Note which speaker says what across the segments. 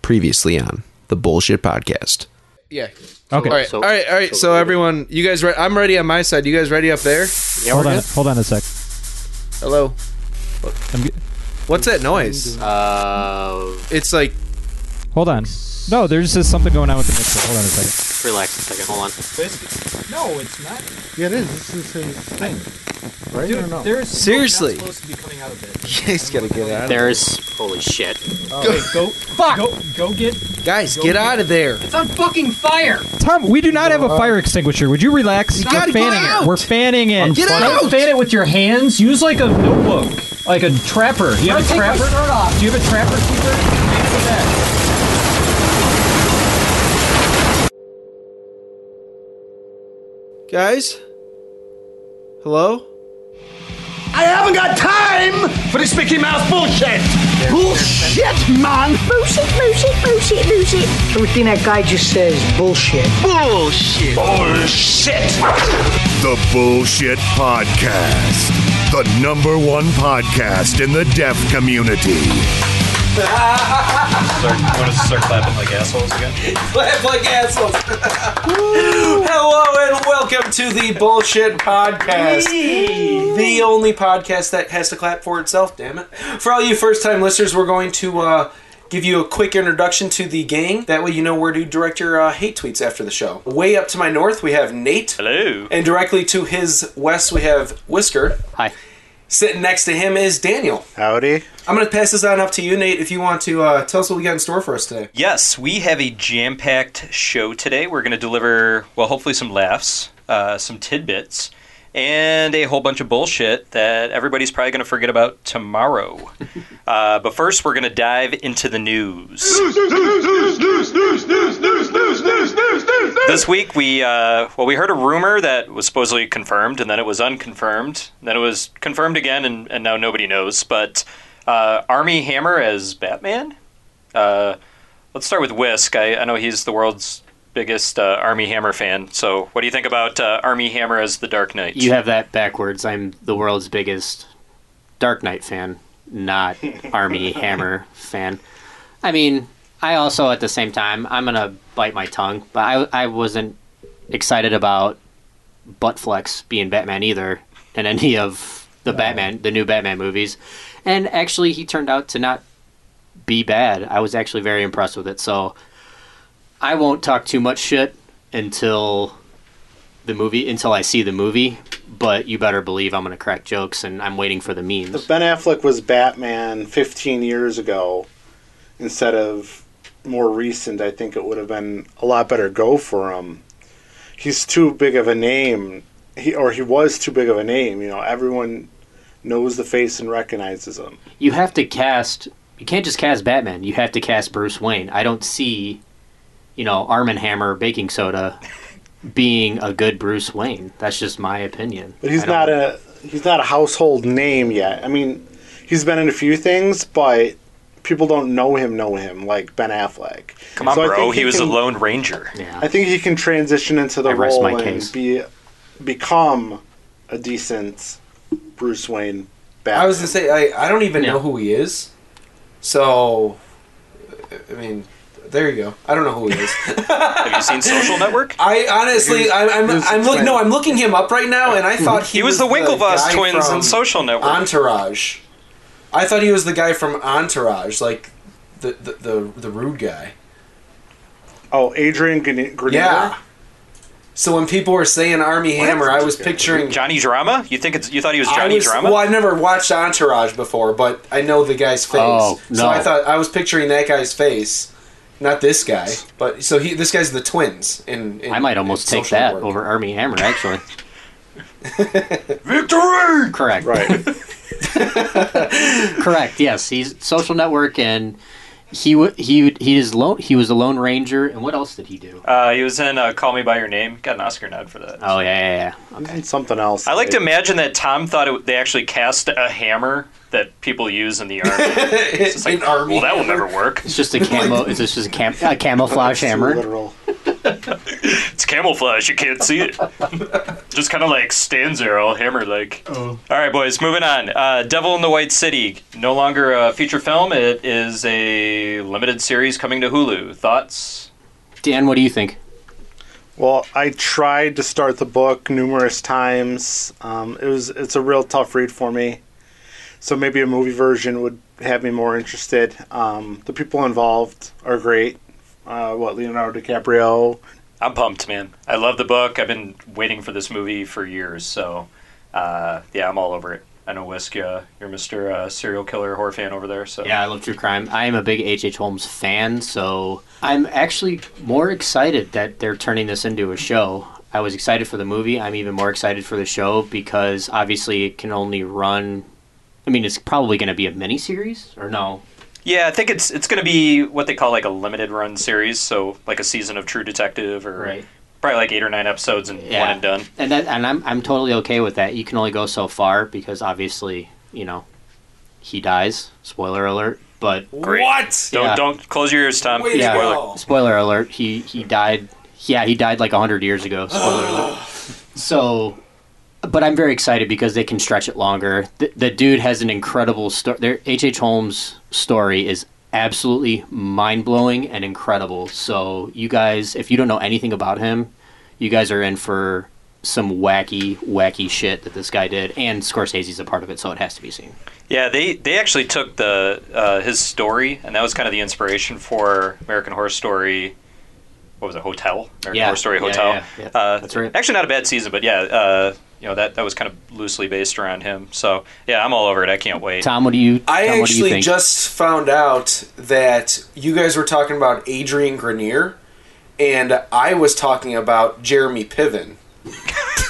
Speaker 1: previously on the Bullshit Podcast.
Speaker 2: Yeah.
Speaker 3: Okay.
Speaker 2: All right.
Speaker 4: So-
Speaker 2: all right. All right. So, everyone, you guys, re- I'm ready on my side. You guys ready up there?
Speaker 4: Yeah,
Speaker 3: hold
Speaker 4: we're
Speaker 3: on.
Speaker 4: good.
Speaker 3: Hold on a sec.
Speaker 2: Hello.
Speaker 3: I'm g-
Speaker 2: What's that noise?
Speaker 4: Uh,
Speaker 2: It's like
Speaker 3: hold on. No, there's just something going on with the mixer. Hold on a second.
Speaker 4: relax a second. Hold on.
Speaker 3: No, it's not.
Speaker 5: Yeah, it is. This is his thing, right? or no?
Speaker 3: there's
Speaker 1: Seriously. not
Speaker 3: supposed to be coming out of it.
Speaker 2: he's gotta get out.
Speaker 4: There's holy shit.
Speaker 3: go, fuck. Go, go get.
Speaker 2: Guys, get out of there.
Speaker 6: It's on fucking fire.
Speaker 3: Tom, we do not have a fire extinguisher. Would you relax?
Speaker 2: You gotta
Speaker 3: We're fanning
Speaker 2: get
Speaker 3: it.
Speaker 2: out.
Speaker 3: We're fanning it.
Speaker 2: Get
Speaker 6: Don't
Speaker 2: out.
Speaker 6: fan it with your hands. Use like a notebook.
Speaker 3: Like a trapper. Do you have a
Speaker 6: Take my
Speaker 3: trapper?
Speaker 6: shirt off.
Speaker 3: Do you have a trapper keeper?
Speaker 2: Guys? Hello?
Speaker 7: I haven't got time for this Mickey Mouse bullshit. Bullshit, man.
Speaker 8: Bullshit, bullshit, bullshit, bullshit. Everything that guy just says, bullshit.
Speaker 7: Bullshit. Bullshit.
Speaker 9: The Bullshit Podcast, the number one podcast in the deaf community.
Speaker 2: Clap like assholes. Hello and welcome to the Bullshit Podcast. The only podcast that has to clap for itself, damn it. For all you first time listeners, we're going to uh, give you a quick introduction to the gang. That way you know where to direct your uh, hate tweets after the show. Way up to my north, we have Nate.
Speaker 4: Hello.
Speaker 2: And directly to his west, we have Whisker.
Speaker 4: Hi.
Speaker 2: Sitting next to him is Daniel.
Speaker 10: Howdy.
Speaker 2: I'm going to pass this on up to you, Nate, if you want to uh, tell us what we got in store for us today.
Speaker 11: Yes, we have a jam packed show today. We're going to deliver, well, hopefully some laughs, uh, some tidbits, and a whole bunch of bullshit that everybody's probably going to forget about tomorrow. uh, but first, we're going to dive into the news. This week, we uh, well, we heard a rumor that was supposedly confirmed, and then it was unconfirmed, and then it was confirmed again, and, and now nobody knows. But uh, Army Hammer as Batman. Uh, let's start with Whisk. I, I know he's the world's biggest uh, Army Hammer fan. So, what do you think about uh, Army Hammer as the Dark Knight?
Speaker 4: You have that backwards. I'm the world's biggest Dark Knight fan, not Army Hammer fan. I mean, I also at the same time I'm gonna bite my tongue, but I I wasn't excited about Buttflex being Batman either in any of the Batman the new Batman movies, and actually he turned out to not be bad. I was actually very impressed with it. So I won't talk too much shit until the movie until I see the movie, but you better believe I'm gonna crack jokes and I'm waiting for the memes.
Speaker 10: If Ben Affleck was Batman 15 years ago instead of more recent, I think it would have been a lot better go for him. He's too big of a name, he, or he was too big of a name. You know, everyone knows the face and recognizes him.
Speaker 4: You have to cast you can't just cast Batman, you have to cast Bruce Wayne. I don't see, you know, Arm and Hammer baking soda being a good Bruce Wayne. That's just my opinion.
Speaker 10: But he's
Speaker 4: I don't-
Speaker 10: not a he's not a household name yet. I mean, he's been in a few things, but people don't know him, know him like Ben Affleck.
Speaker 11: Come on,
Speaker 10: So I
Speaker 11: bro.
Speaker 10: think
Speaker 11: He was
Speaker 10: can-
Speaker 11: a Lone Ranger.
Speaker 10: I think he can transition into the
Speaker 4: I rest
Speaker 10: role
Speaker 4: my
Speaker 10: and
Speaker 4: case.
Speaker 10: be become a decent Bruce Wayne. Batman.
Speaker 2: I was gonna say I, I don't even know
Speaker 4: Yeah.
Speaker 2: who he is, so I mean, there you go. I don't know who he is.
Speaker 11: Have you seen Social Network?
Speaker 2: I honestly, I'm I'm,
Speaker 10: Who's
Speaker 2: I'm looking. No,
Speaker 10: explaining?
Speaker 2: I'm looking him up right now, and I thought he,
Speaker 11: He was the Winklevoss
Speaker 2: guy
Speaker 11: twins
Speaker 2: from
Speaker 11: in Social Network.
Speaker 2: Entourage. I thought he was the guy from Entourage, like the the the, the rude guy.
Speaker 10: oh, Adrian Grenier.
Speaker 2: Yeah. So when people were saying Army Hammer, I was picturing
Speaker 11: Johnny Drama? You think it's you thought he was
Speaker 2: I
Speaker 11: Johnny
Speaker 2: was-
Speaker 11: Drama?
Speaker 2: Well, I've never watched Entourage before, but I know the guy's face.
Speaker 4: Oh,
Speaker 2: So
Speaker 4: no.
Speaker 2: I thought I was picturing that guy's face, not this guy. But so he, this guy's the twins. In, in
Speaker 4: I might almost
Speaker 2: in
Speaker 4: take
Speaker 2: Social
Speaker 4: that
Speaker 2: Network.
Speaker 4: over Army Hammer actually.
Speaker 11: Victory!
Speaker 4: Correct.
Speaker 10: Right.
Speaker 4: Correct. Yes, he's Social Network, and he wa- he he is lone. He was a Lone Ranger, and what else did he do?
Speaker 11: Uh, he was in uh, Call Me by Your Name. Got an Oscar nod for that.
Speaker 4: Oh yeah, yeah, yeah.
Speaker 10: And something else.
Speaker 11: I like to
Speaker 10: Right?
Speaker 11: imagine that Tom thought it, they actually cast a hammer that people use in the army. It's
Speaker 2: in
Speaker 11: like,
Speaker 2: Army.
Speaker 11: well, that will never work.
Speaker 4: It's just a camo. it's just a, cam, a camouflage
Speaker 10: Too
Speaker 4: hammer.
Speaker 10: literal.
Speaker 11: It's camouflage. You can't see it. Just kind of like stands there, all hammered. Like,
Speaker 12: Oh.
Speaker 11: all right, boys. Moving on. Uh, Devil in the White City. No longer a feature film. It is a limited series coming to Hulu. Thoughts?
Speaker 4: Dan, what do you think?
Speaker 10: Well, I tried to start the book numerous times. Um, it was it's a real tough read for me. So maybe a movie version would have me more interested. Um, the people involved are great. Uh, what Leonardo DiCaprio?
Speaker 11: I'm pumped, man. I love the book. I've been waiting for this movie for years. So, uh, yeah, I'm all over it. I know Whisk, uh, you're Mr. Uh, serial killer horror fan over there. So
Speaker 4: Yeah, I love true crime. I am a big H.H. Holmes fan, so I'm actually more excited that they're turning this into a show. I was excited for the movie. I'm even more excited for the show because obviously it can only run. I mean, it's probably going to be a miniseries, or no?
Speaker 11: Yeah, I think it's it's going to be what they call like a limited run series, so like a season of True Detective or
Speaker 4: Right.
Speaker 11: probably like 8 or 9 episodes and one and done.
Speaker 4: And that, and I'm I'm totally okay with that. You can only go so far because obviously you know he dies. Spoiler alert. But
Speaker 11: What? Don't
Speaker 4: Yeah.
Speaker 11: don't close your ears, Tom.
Speaker 4: yeah,
Speaker 11: Spoiler.
Speaker 4: spoiler alert. He he died. Yeah, he died like hundred years ago. Spoiler alert. So, but I'm very excited because they can stretch it longer. The, the dude has an incredible story. Their H.H. Holmes story is absolutely mind blowing and incredible. So you guys, if you don't know anything about him, you guys are in for some wacky, wacky shit that this guy did. And Scorsese's a part of it, so it has to be seen.
Speaker 11: Yeah, they they actually took the uh, his story and that was kind of the inspiration for American Horror Story what was it? Hotel? American
Speaker 4: Yeah,
Speaker 11: Horror Story
Speaker 4: yeah,
Speaker 11: Hotel.
Speaker 4: yeah, yeah.
Speaker 11: Uh,
Speaker 4: That's right.
Speaker 11: Actually not a bad season, but yeah, uh, you know that that was kind of loosely based around him. So, yeah, I'm all over it. I can't wait.
Speaker 4: Tom, what do you?
Speaker 2: I
Speaker 4: Tom, what do you
Speaker 2: actually
Speaker 4: think?
Speaker 2: just found out that you guys were talking about Adrian Grenier, and I was talking about Jeremy Piven.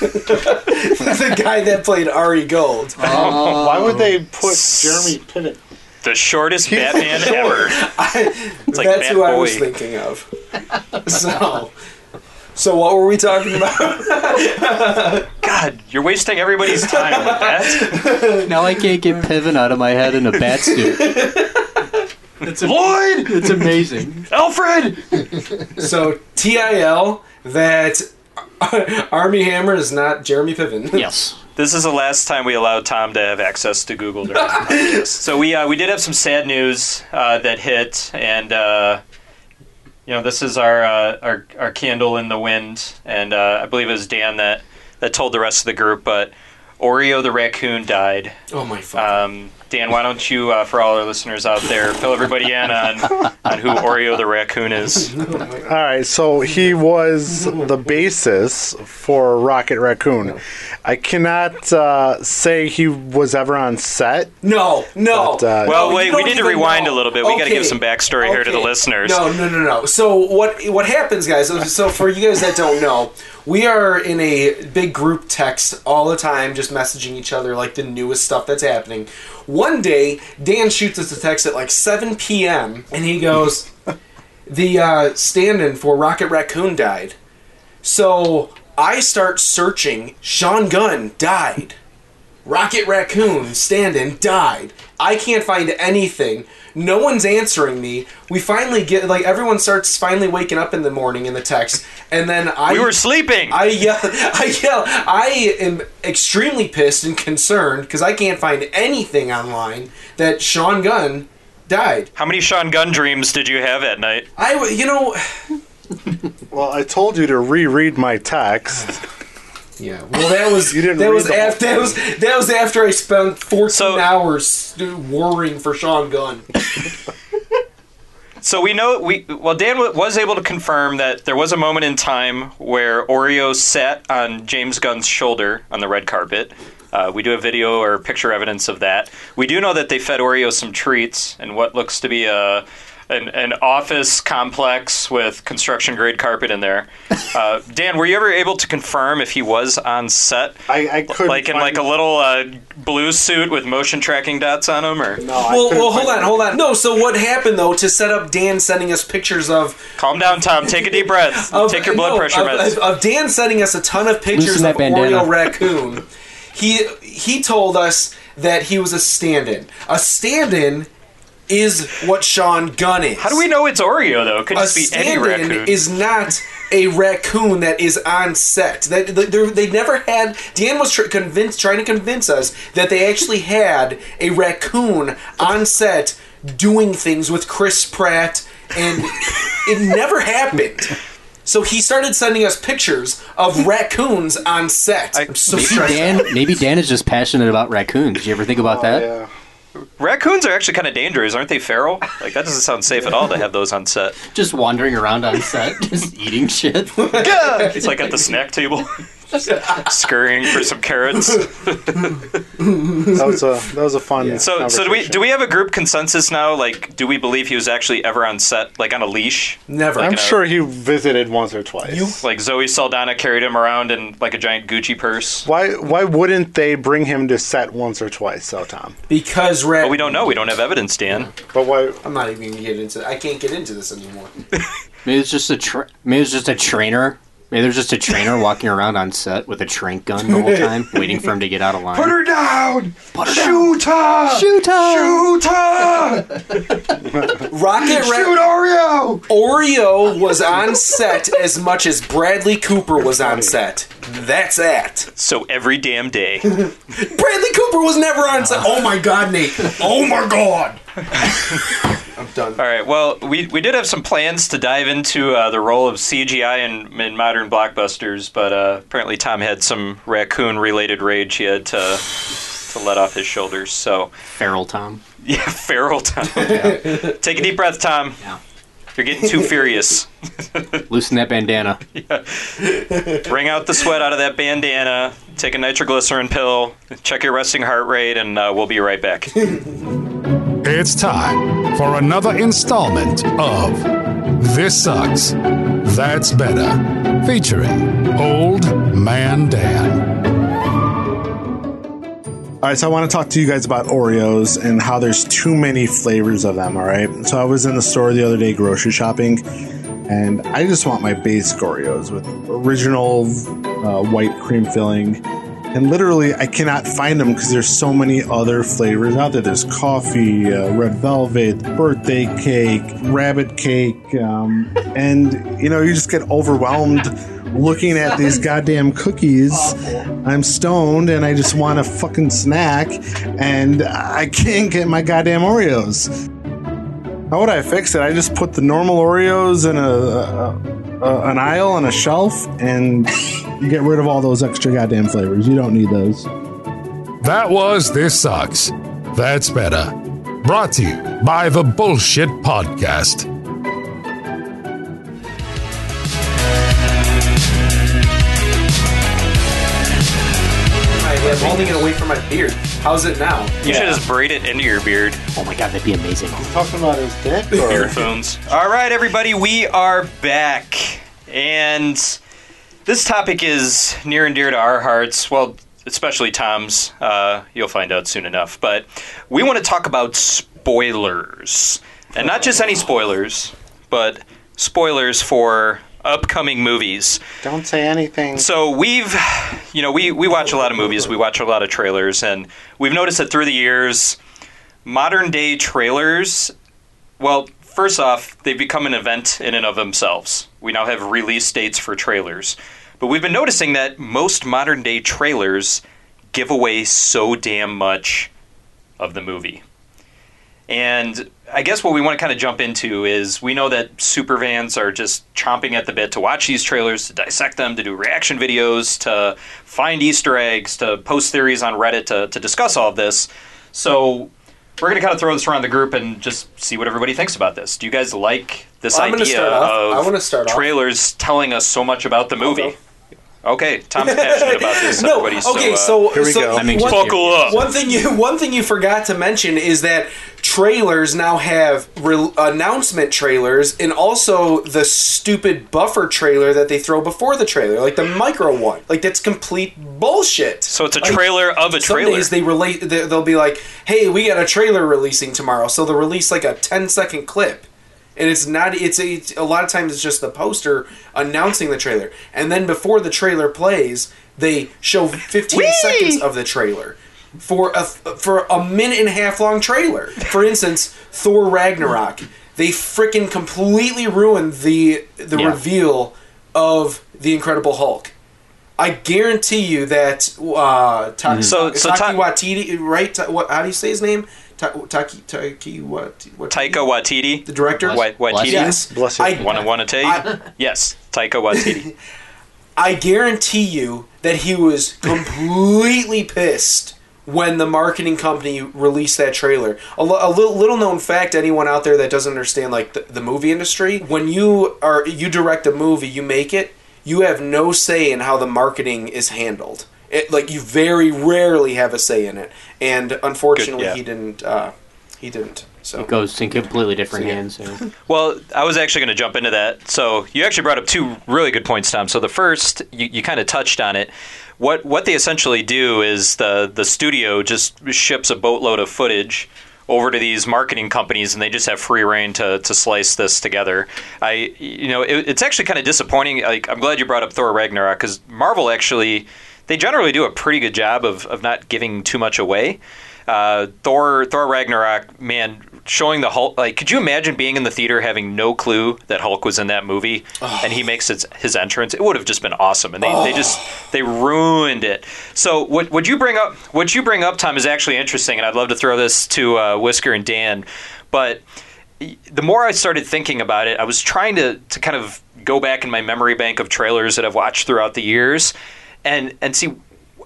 Speaker 2: the guy that played Ari Gold.
Speaker 10: Why would they put Jeremy Piven?
Speaker 11: The shortest Batman
Speaker 2: short.
Speaker 11: ever. It's like
Speaker 2: That's
Speaker 11: Bat
Speaker 2: who I was
Speaker 11: Boy.
Speaker 2: thinking of. So, so what were we talking about?
Speaker 11: God, you're wasting everybody's time with that.
Speaker 4: now I can't get Piven out of my head in a bat suit.
Speaker 11: It's Lloyd!
Speaker 4: It's amazing.
Speaker 2: Alfred! so, TIL, that Army Hammer is not Jeremy Piven.
Speaker 4: Yes.
Speaker 11: This is the last time we allow Tom to have access to Google during the podcast. So we uh, we did have some sad news uh, that hit, and uh, you know this is our uh, our our candle in the wind, and uh, I believe it was Dan that that told the rest of the group, but Oreo the raccoon died.
Speaker 2: Oh my
Speaker 11: Um, Dan, why don't you, uh, for all our listeners out there, fill everybody in on on who Oreo the raccoon is?
Speaker 10: All right, so he was the basis for Rocket Raccoon. I cannot uh, say he was ever on set.
Speaker 2: No, no.
Speaker 10: But, uh,
Speaker 11: well,
Speaker 10: No,
Speaker 11: wait,
Speaker 10: you
Speaker 11: we
Speaker 10: don't
Speaker 11: need to
Speaker 10: even
Speaker 11: rewind
Speaker 10: know.
Speaker 11: a little bit. We got to
Speaker 2: Okay.
Speaker 11: give some backstory here to the listeners.
Speaker 2: No, no, no, no. So what what happens, guys? So for you guys that don't know, we are in a big group text all the time, just messaging each other like the newest stuff that's happening. One day, Dan shoots us a text at like 7 p.m. and he goes, "The uh, stand-in for Rocket Raccoon died." So I start searching. Sean Gunn died. Rocket Raccoon stand-in died. I can't find anything. No one's answering me. We finally get like everyone starts finally waking up in the morning in the text, and then I
Speaker 11: We were sleeping.
Speaker 2: I yell, I yell, I am extremely pissed and concerned because I can't find anything online that Sean Gunn died.
Speaker 11: How many Sean Gunn dreams did you have at night?
Speaker 2: I, w- you know,
Speaker 10: Well, I told you to reread my text.
Speaker 2: Yeah. Well, that was
Speaker 10: you didn't.
Speaker 2: that
Speaker 10: read
Speaker 2: was
Speaker 10: the whole
Speaker 2: after that was that was after I spent 14 hours worrying for Sean Gunn.
Speaker 11: So we know we well Dan wa- was able to confirm that there was a moment in time where Oreo sat on James Gunn's shoulder on the red carpet. Uh, we do have video or picture evidence of that. We do know that they fed Oreo some treats and what looks to be a an, an office complex with construction grade carpet in there. Uh, Dan, were you ever able to confirm if he was on set?
Speaker 10: I, I couldn't
Speaker 11: like in like a little uh, blue suit with motion tracking dots on him, or no?
Speaker 2: well, well, hold on, hold on. No, so what happened though to set up Dan sending us pictures of?
Speaker 11: Calm down, Tom. Take a deep breath.
Speaker 2: Oh,
Speaker 11: Take your blood pressure
Speaker 2: of,
Speaker 11: meds.
Speaker 2: Of, of Dan sending us a ton of pictures
Speaker 11: Loosen
Speaker 2: of
Speaker 11: that bandana.
Speaker 2: Oreo Raccoon. he he told us that he was a stand-in. A stand-in is what Sean Gunn is. How
Speaker 11: do we know it's Oreo though? Could
Speaker 2: a
Speaker 11: just be any
Speaker 2: stand-in
Speaker 11: raccoon.
Speaker 2: is not a raccoon that is on set. That they they never had. Dan was tr- convinced, trying to convince us that they actually had a raccoon on set doing things with Chris Pratt, and it never happened. So he started sending us pictures of raccoons on set. I, am so
Speaker 4: Maybe
Speaker 2: stressed
Speaker 4: Dan,
Speaker 2: out.
Speaker 4: maybe Dan is just passionate about raccoons. Did you ever think about
Speaker 10: Oh,
Speaker 4: that?
Speaker 11: Raccoons are actually kind of dangerous, aren't they? Feral? Like that doesn't sound safe at all to have those on set.
Speaker 4: Just wandering around on set, just eating shit.
Speaker 11: it's like at the snack table, scurrying for some carrots.
Speaker 10: That was a that was a fun.
Speaker 11: So, so do we do we have a group consensus now? Like, do we believe he was actually ever on set, like on a leash?
Speaker 2: Never.
Speaker 11: Like
Speaker 10: I'm
Speaker 11: in a-
Speaker 10: sure he visited once or twice.
Speaker 11: Like Zoe Saldana carried him around in like a giant Gucci purse.
Speaker 10: Why why wouldn't they bring him to set once or twice though, Tom?
Speaker 2: Because rat.
Speaker 11: But we don't know. We don't have evidence, Dan.
Speaker 10: But why?
Speaker 2: I'm not even gonna get into. I can't get into this anymore.
Speaker 4: Maybe it's just a tra- maybe it's just a trainer. Maybe there's just a trainer walking around on set with a trank gun the whole time, waiting for him to get out of line.
Speaker 7: her down! Shoot her! Shoot her! Shoot her!
Speaker 2: Rocket Ra-
Speaker 7: Shoot Oreo!
Speaker 2: Oreo was on set as much as Bradley Cooper was on set. That's that.
Speaker 11: So every damn day.
Speaker 2: Bradley Cooper was never on set. Oh my god, Nate. Oh my god. I'm done.
Speaker 11: All right. Well, we, we did have some plans to dive into uh, the role of CGI in, in modern blockbusters, but uh, apparently Tom had some raccoon related rage he had to to let off his shoulders. So
Speaker 4: feral Tom.
Speaker 11: Yeah, feral Tom. Take a deep breath, Tom. You're getting too furious.
Speaker 4: Loosen that bandana.
Speaker 11: Wring out the sweat out of that bandana. Take a nitroglycerin pill. Check your resting heart rate, and uh, we'll be right back.
Speaker 9: It's time for another installment of This Sucks, That's Better, featuring Old Man Dan.
Speaker 10: All right, so I want to talk to you guys about Oreos and how there's too many flavors of them. All right, so I was in the store the other day grocery shopping, and I just want my basic Oreos with original uh, white cream filling. And literally, I cannot find them because there's so many other flavors out there. There's coffee, uh, red velvet, birthday cake, rabbit cake, um, and you know you just get overwhelmed looking at these goddamn cookies. I'm stoned and I just want a fucking snack, and I can't get my goddamn Oreos. How would I fix it? I just put the normal Oreos in a, a, a an aisle on a shelf and get rid of all those extra goddamn flavors. You don't need those.
Speaker 9: That was This Sucks, That's Better, brought to you by the Bullshit Podcast.
Speaker 2: I'm holding it away from my beard. How's it now?
Speaker 11: You should just braid it into your beard.
Speaker 4: Oh my god, that'd be amazing.
Speaker 10: Talking about his dick or
Speaker 11: Earphones. All right, everybody, we are back. And this topic is near and dear to our hearts. Well, especially Tom's. Uh, you'll find out soon enough. But we want to talk about spoilers. And not just any spoilers, but spoilers for upcoming movies.
Speaker 10: Don't say anything.
Speaker 11: So we've, you know, we, we watch a lot of movies, we watch a lot of trailers, and we've noticed that through the years, modern day trailers, well, first off, they've become an event in and of themselves. We now have release dates for trailers. But we've been noticing that most modern day trailers give away so damn much of the movie. And I guess what we want to kind of jump into is we know that super fans are just chomping at the bit to watch these trailers, to dissect them, to do reaction videos, to find Easter eggs, to post theories on Reddit, to, to discuss all of this. So we're going to kind of throw this around the group and just see what everybody thinks about this. Do you guys like this
Speaker 2: Well, I'm gonna
Speaker 11: idea
Speaker 2: start off. I
Speaker 11: of
Speaker 2: wanna start off.
Speaker 11: trailers telling us so much about the movie? Okay, Tom's passionate about this.
Speaker 2: no,
Speaker 11: Everybody's
Speaker 2: okay,
Speaker 11: so,
Speaker 2: so,
Speaker 11: uh,
Speaker 2: so one-
Speaker 11: buckle up.
Speaker 2: One thing you one thing you forgot to mention is that trailers now have re- announcement trailers and also the stupid buffer trailer that they throw before the trailer, like the micro one. Like that's complete bullshit.
Speaker 11: So it's a
Speaker 2: Like,
Speaker 11: trailer of a
Speaker 2: some
Speaker 11: trailer.
Speaker 2: days they relate. they- They'll be like, "Hey, we got a trailer releasing tomorrow," so they'll release like a 10 second clip, and it's not. It's a, it's- a lot of times it's just the poster announcing the trailer, and then before the trailer plays, they show 15
Speaker 7: Whee!
Speaker 2: seconds of the trailer. for a for a minute and a half long trailer. For instance, Thor Ragnarok. They freaking completely ruined the the
Speaker 12: Yeah.
Speaker 2: reveal of the Incredible Hulk. I guarantee you that uh, Ta-
Speaker 11: Mhm. So- so
Speaker 2: Taika Waititi, right? Ta- what, how do you say his name? Ta- Taki Taki what?
Speaker 11: Taika Waititi, the
Speaker 2: director.
Speaker 11: Wa-
Speaker 2: Bless
Speaker 11: Waititi,
Speaker 2: you. Yes. Bless you. I-
Speaker 11: Wanna wanna take? Yes, Taika Waititi.
Speaker 2: I guarantee you that he was completely pissed when the marketing company released that trailer. A, lo- a little, little known fact, anyone out there that doesn't understand like the, the movie industry, when you are you direct a movie, you make it, you have no say in how the marketing is handled. It, like you very rarely have a say in it, and unfortunately,
Speaker 11: yeah.
Speaker 2: he didn't. Uh, he didn't. So
Speaker 4: It goes in completely different hands. yeah.
Speaker 11: Well, I was actually going to jump into that. So you actually brought up two really good points, Tom. So the first, you, you kind of touched on it. What what they essentially do is the the studio just ships a boatload of footage over to these marketing companies, and they just have free reign to, to slice this together. I you know it, it's actually kind of disappointing. Like I'm glad you brought up Thor Ragnarok because Marvel actually they generally do a pretty good job of, of not giving too much away. Uh, Thor Thor Ragnarok, man, showing the Hulk. Like, could you imagine being in the theater having no clue that Hulk was in that movie, and he makes his his entrance? It would have just been awesome, and they, they just they ruined it. So what what you bring up what you bring up, Tom, is actually interesting, and I'd love to throw this to uh, Whisker and Dan, but the more I started thinking about it, I was trying to, to kind of go back in my memory bank of trailers that I've watched throughout the years and, and see,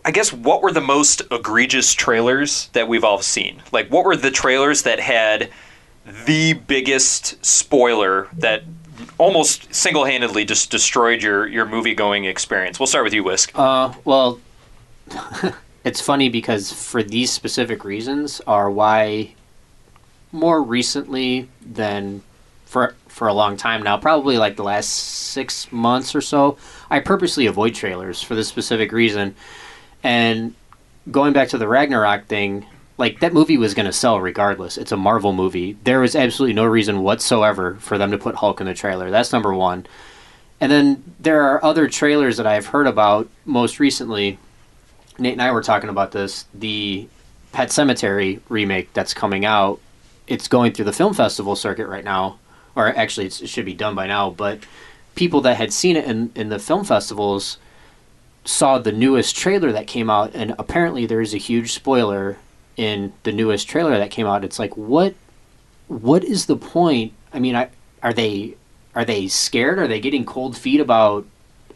Speaker 11: I guess, what were the most egregious trailers that we've all seen? Like, what were the trailers that had the biggest spoiler that almost single handedly just destroyed your, your movie going experience? We'll start with you, Whisk.
Speaker 4: Uh, well, it's funny because for these specific reasons are why more recently than for for a long time now, probably like the last six months or so, I purposely avoid trailers for this specific reason. And going back to the Ragnarok thing, like that movie was going to sell regardless. It's a Marvel movie. There was absolutely no reason whatsoever for them to put Hulk in the trailer. That's number one. And then there are other trailers that I've heard about most recently. Nate and I were talking about this. The Pet Cemetery remake that's coming out. It's going through the film festival circuit right now, or actually, it's, it should be done by now. But people that had seen it in, in the film festivals saw the newest trailer that came out, and apparently there is a huge spoiler in the newest trailer that came out. It's like, what, what is the point? I mean, I, are they, are they scared? Are they getting cold feet about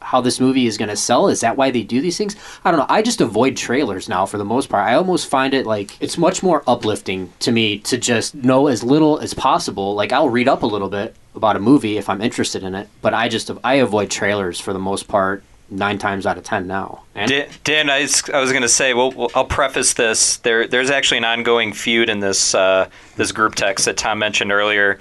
Speaker 4: how this movie is going to sell? Is that why they do these things? I don't know. I just avoid trailers now for the most part. I almost find it like it's much more uplifting to me to just know as little as possible. Like I'll read up a little bit about a movie if I'm interested in it, but I just I avoid trailers for the most part nine times out of ten now.
Speaker 11: Dan, Dan, I was, I was going to say, well, well, I'll preface this. There, there's actually an ongoing feud in this uh, this group text that Tom mentioned earlier.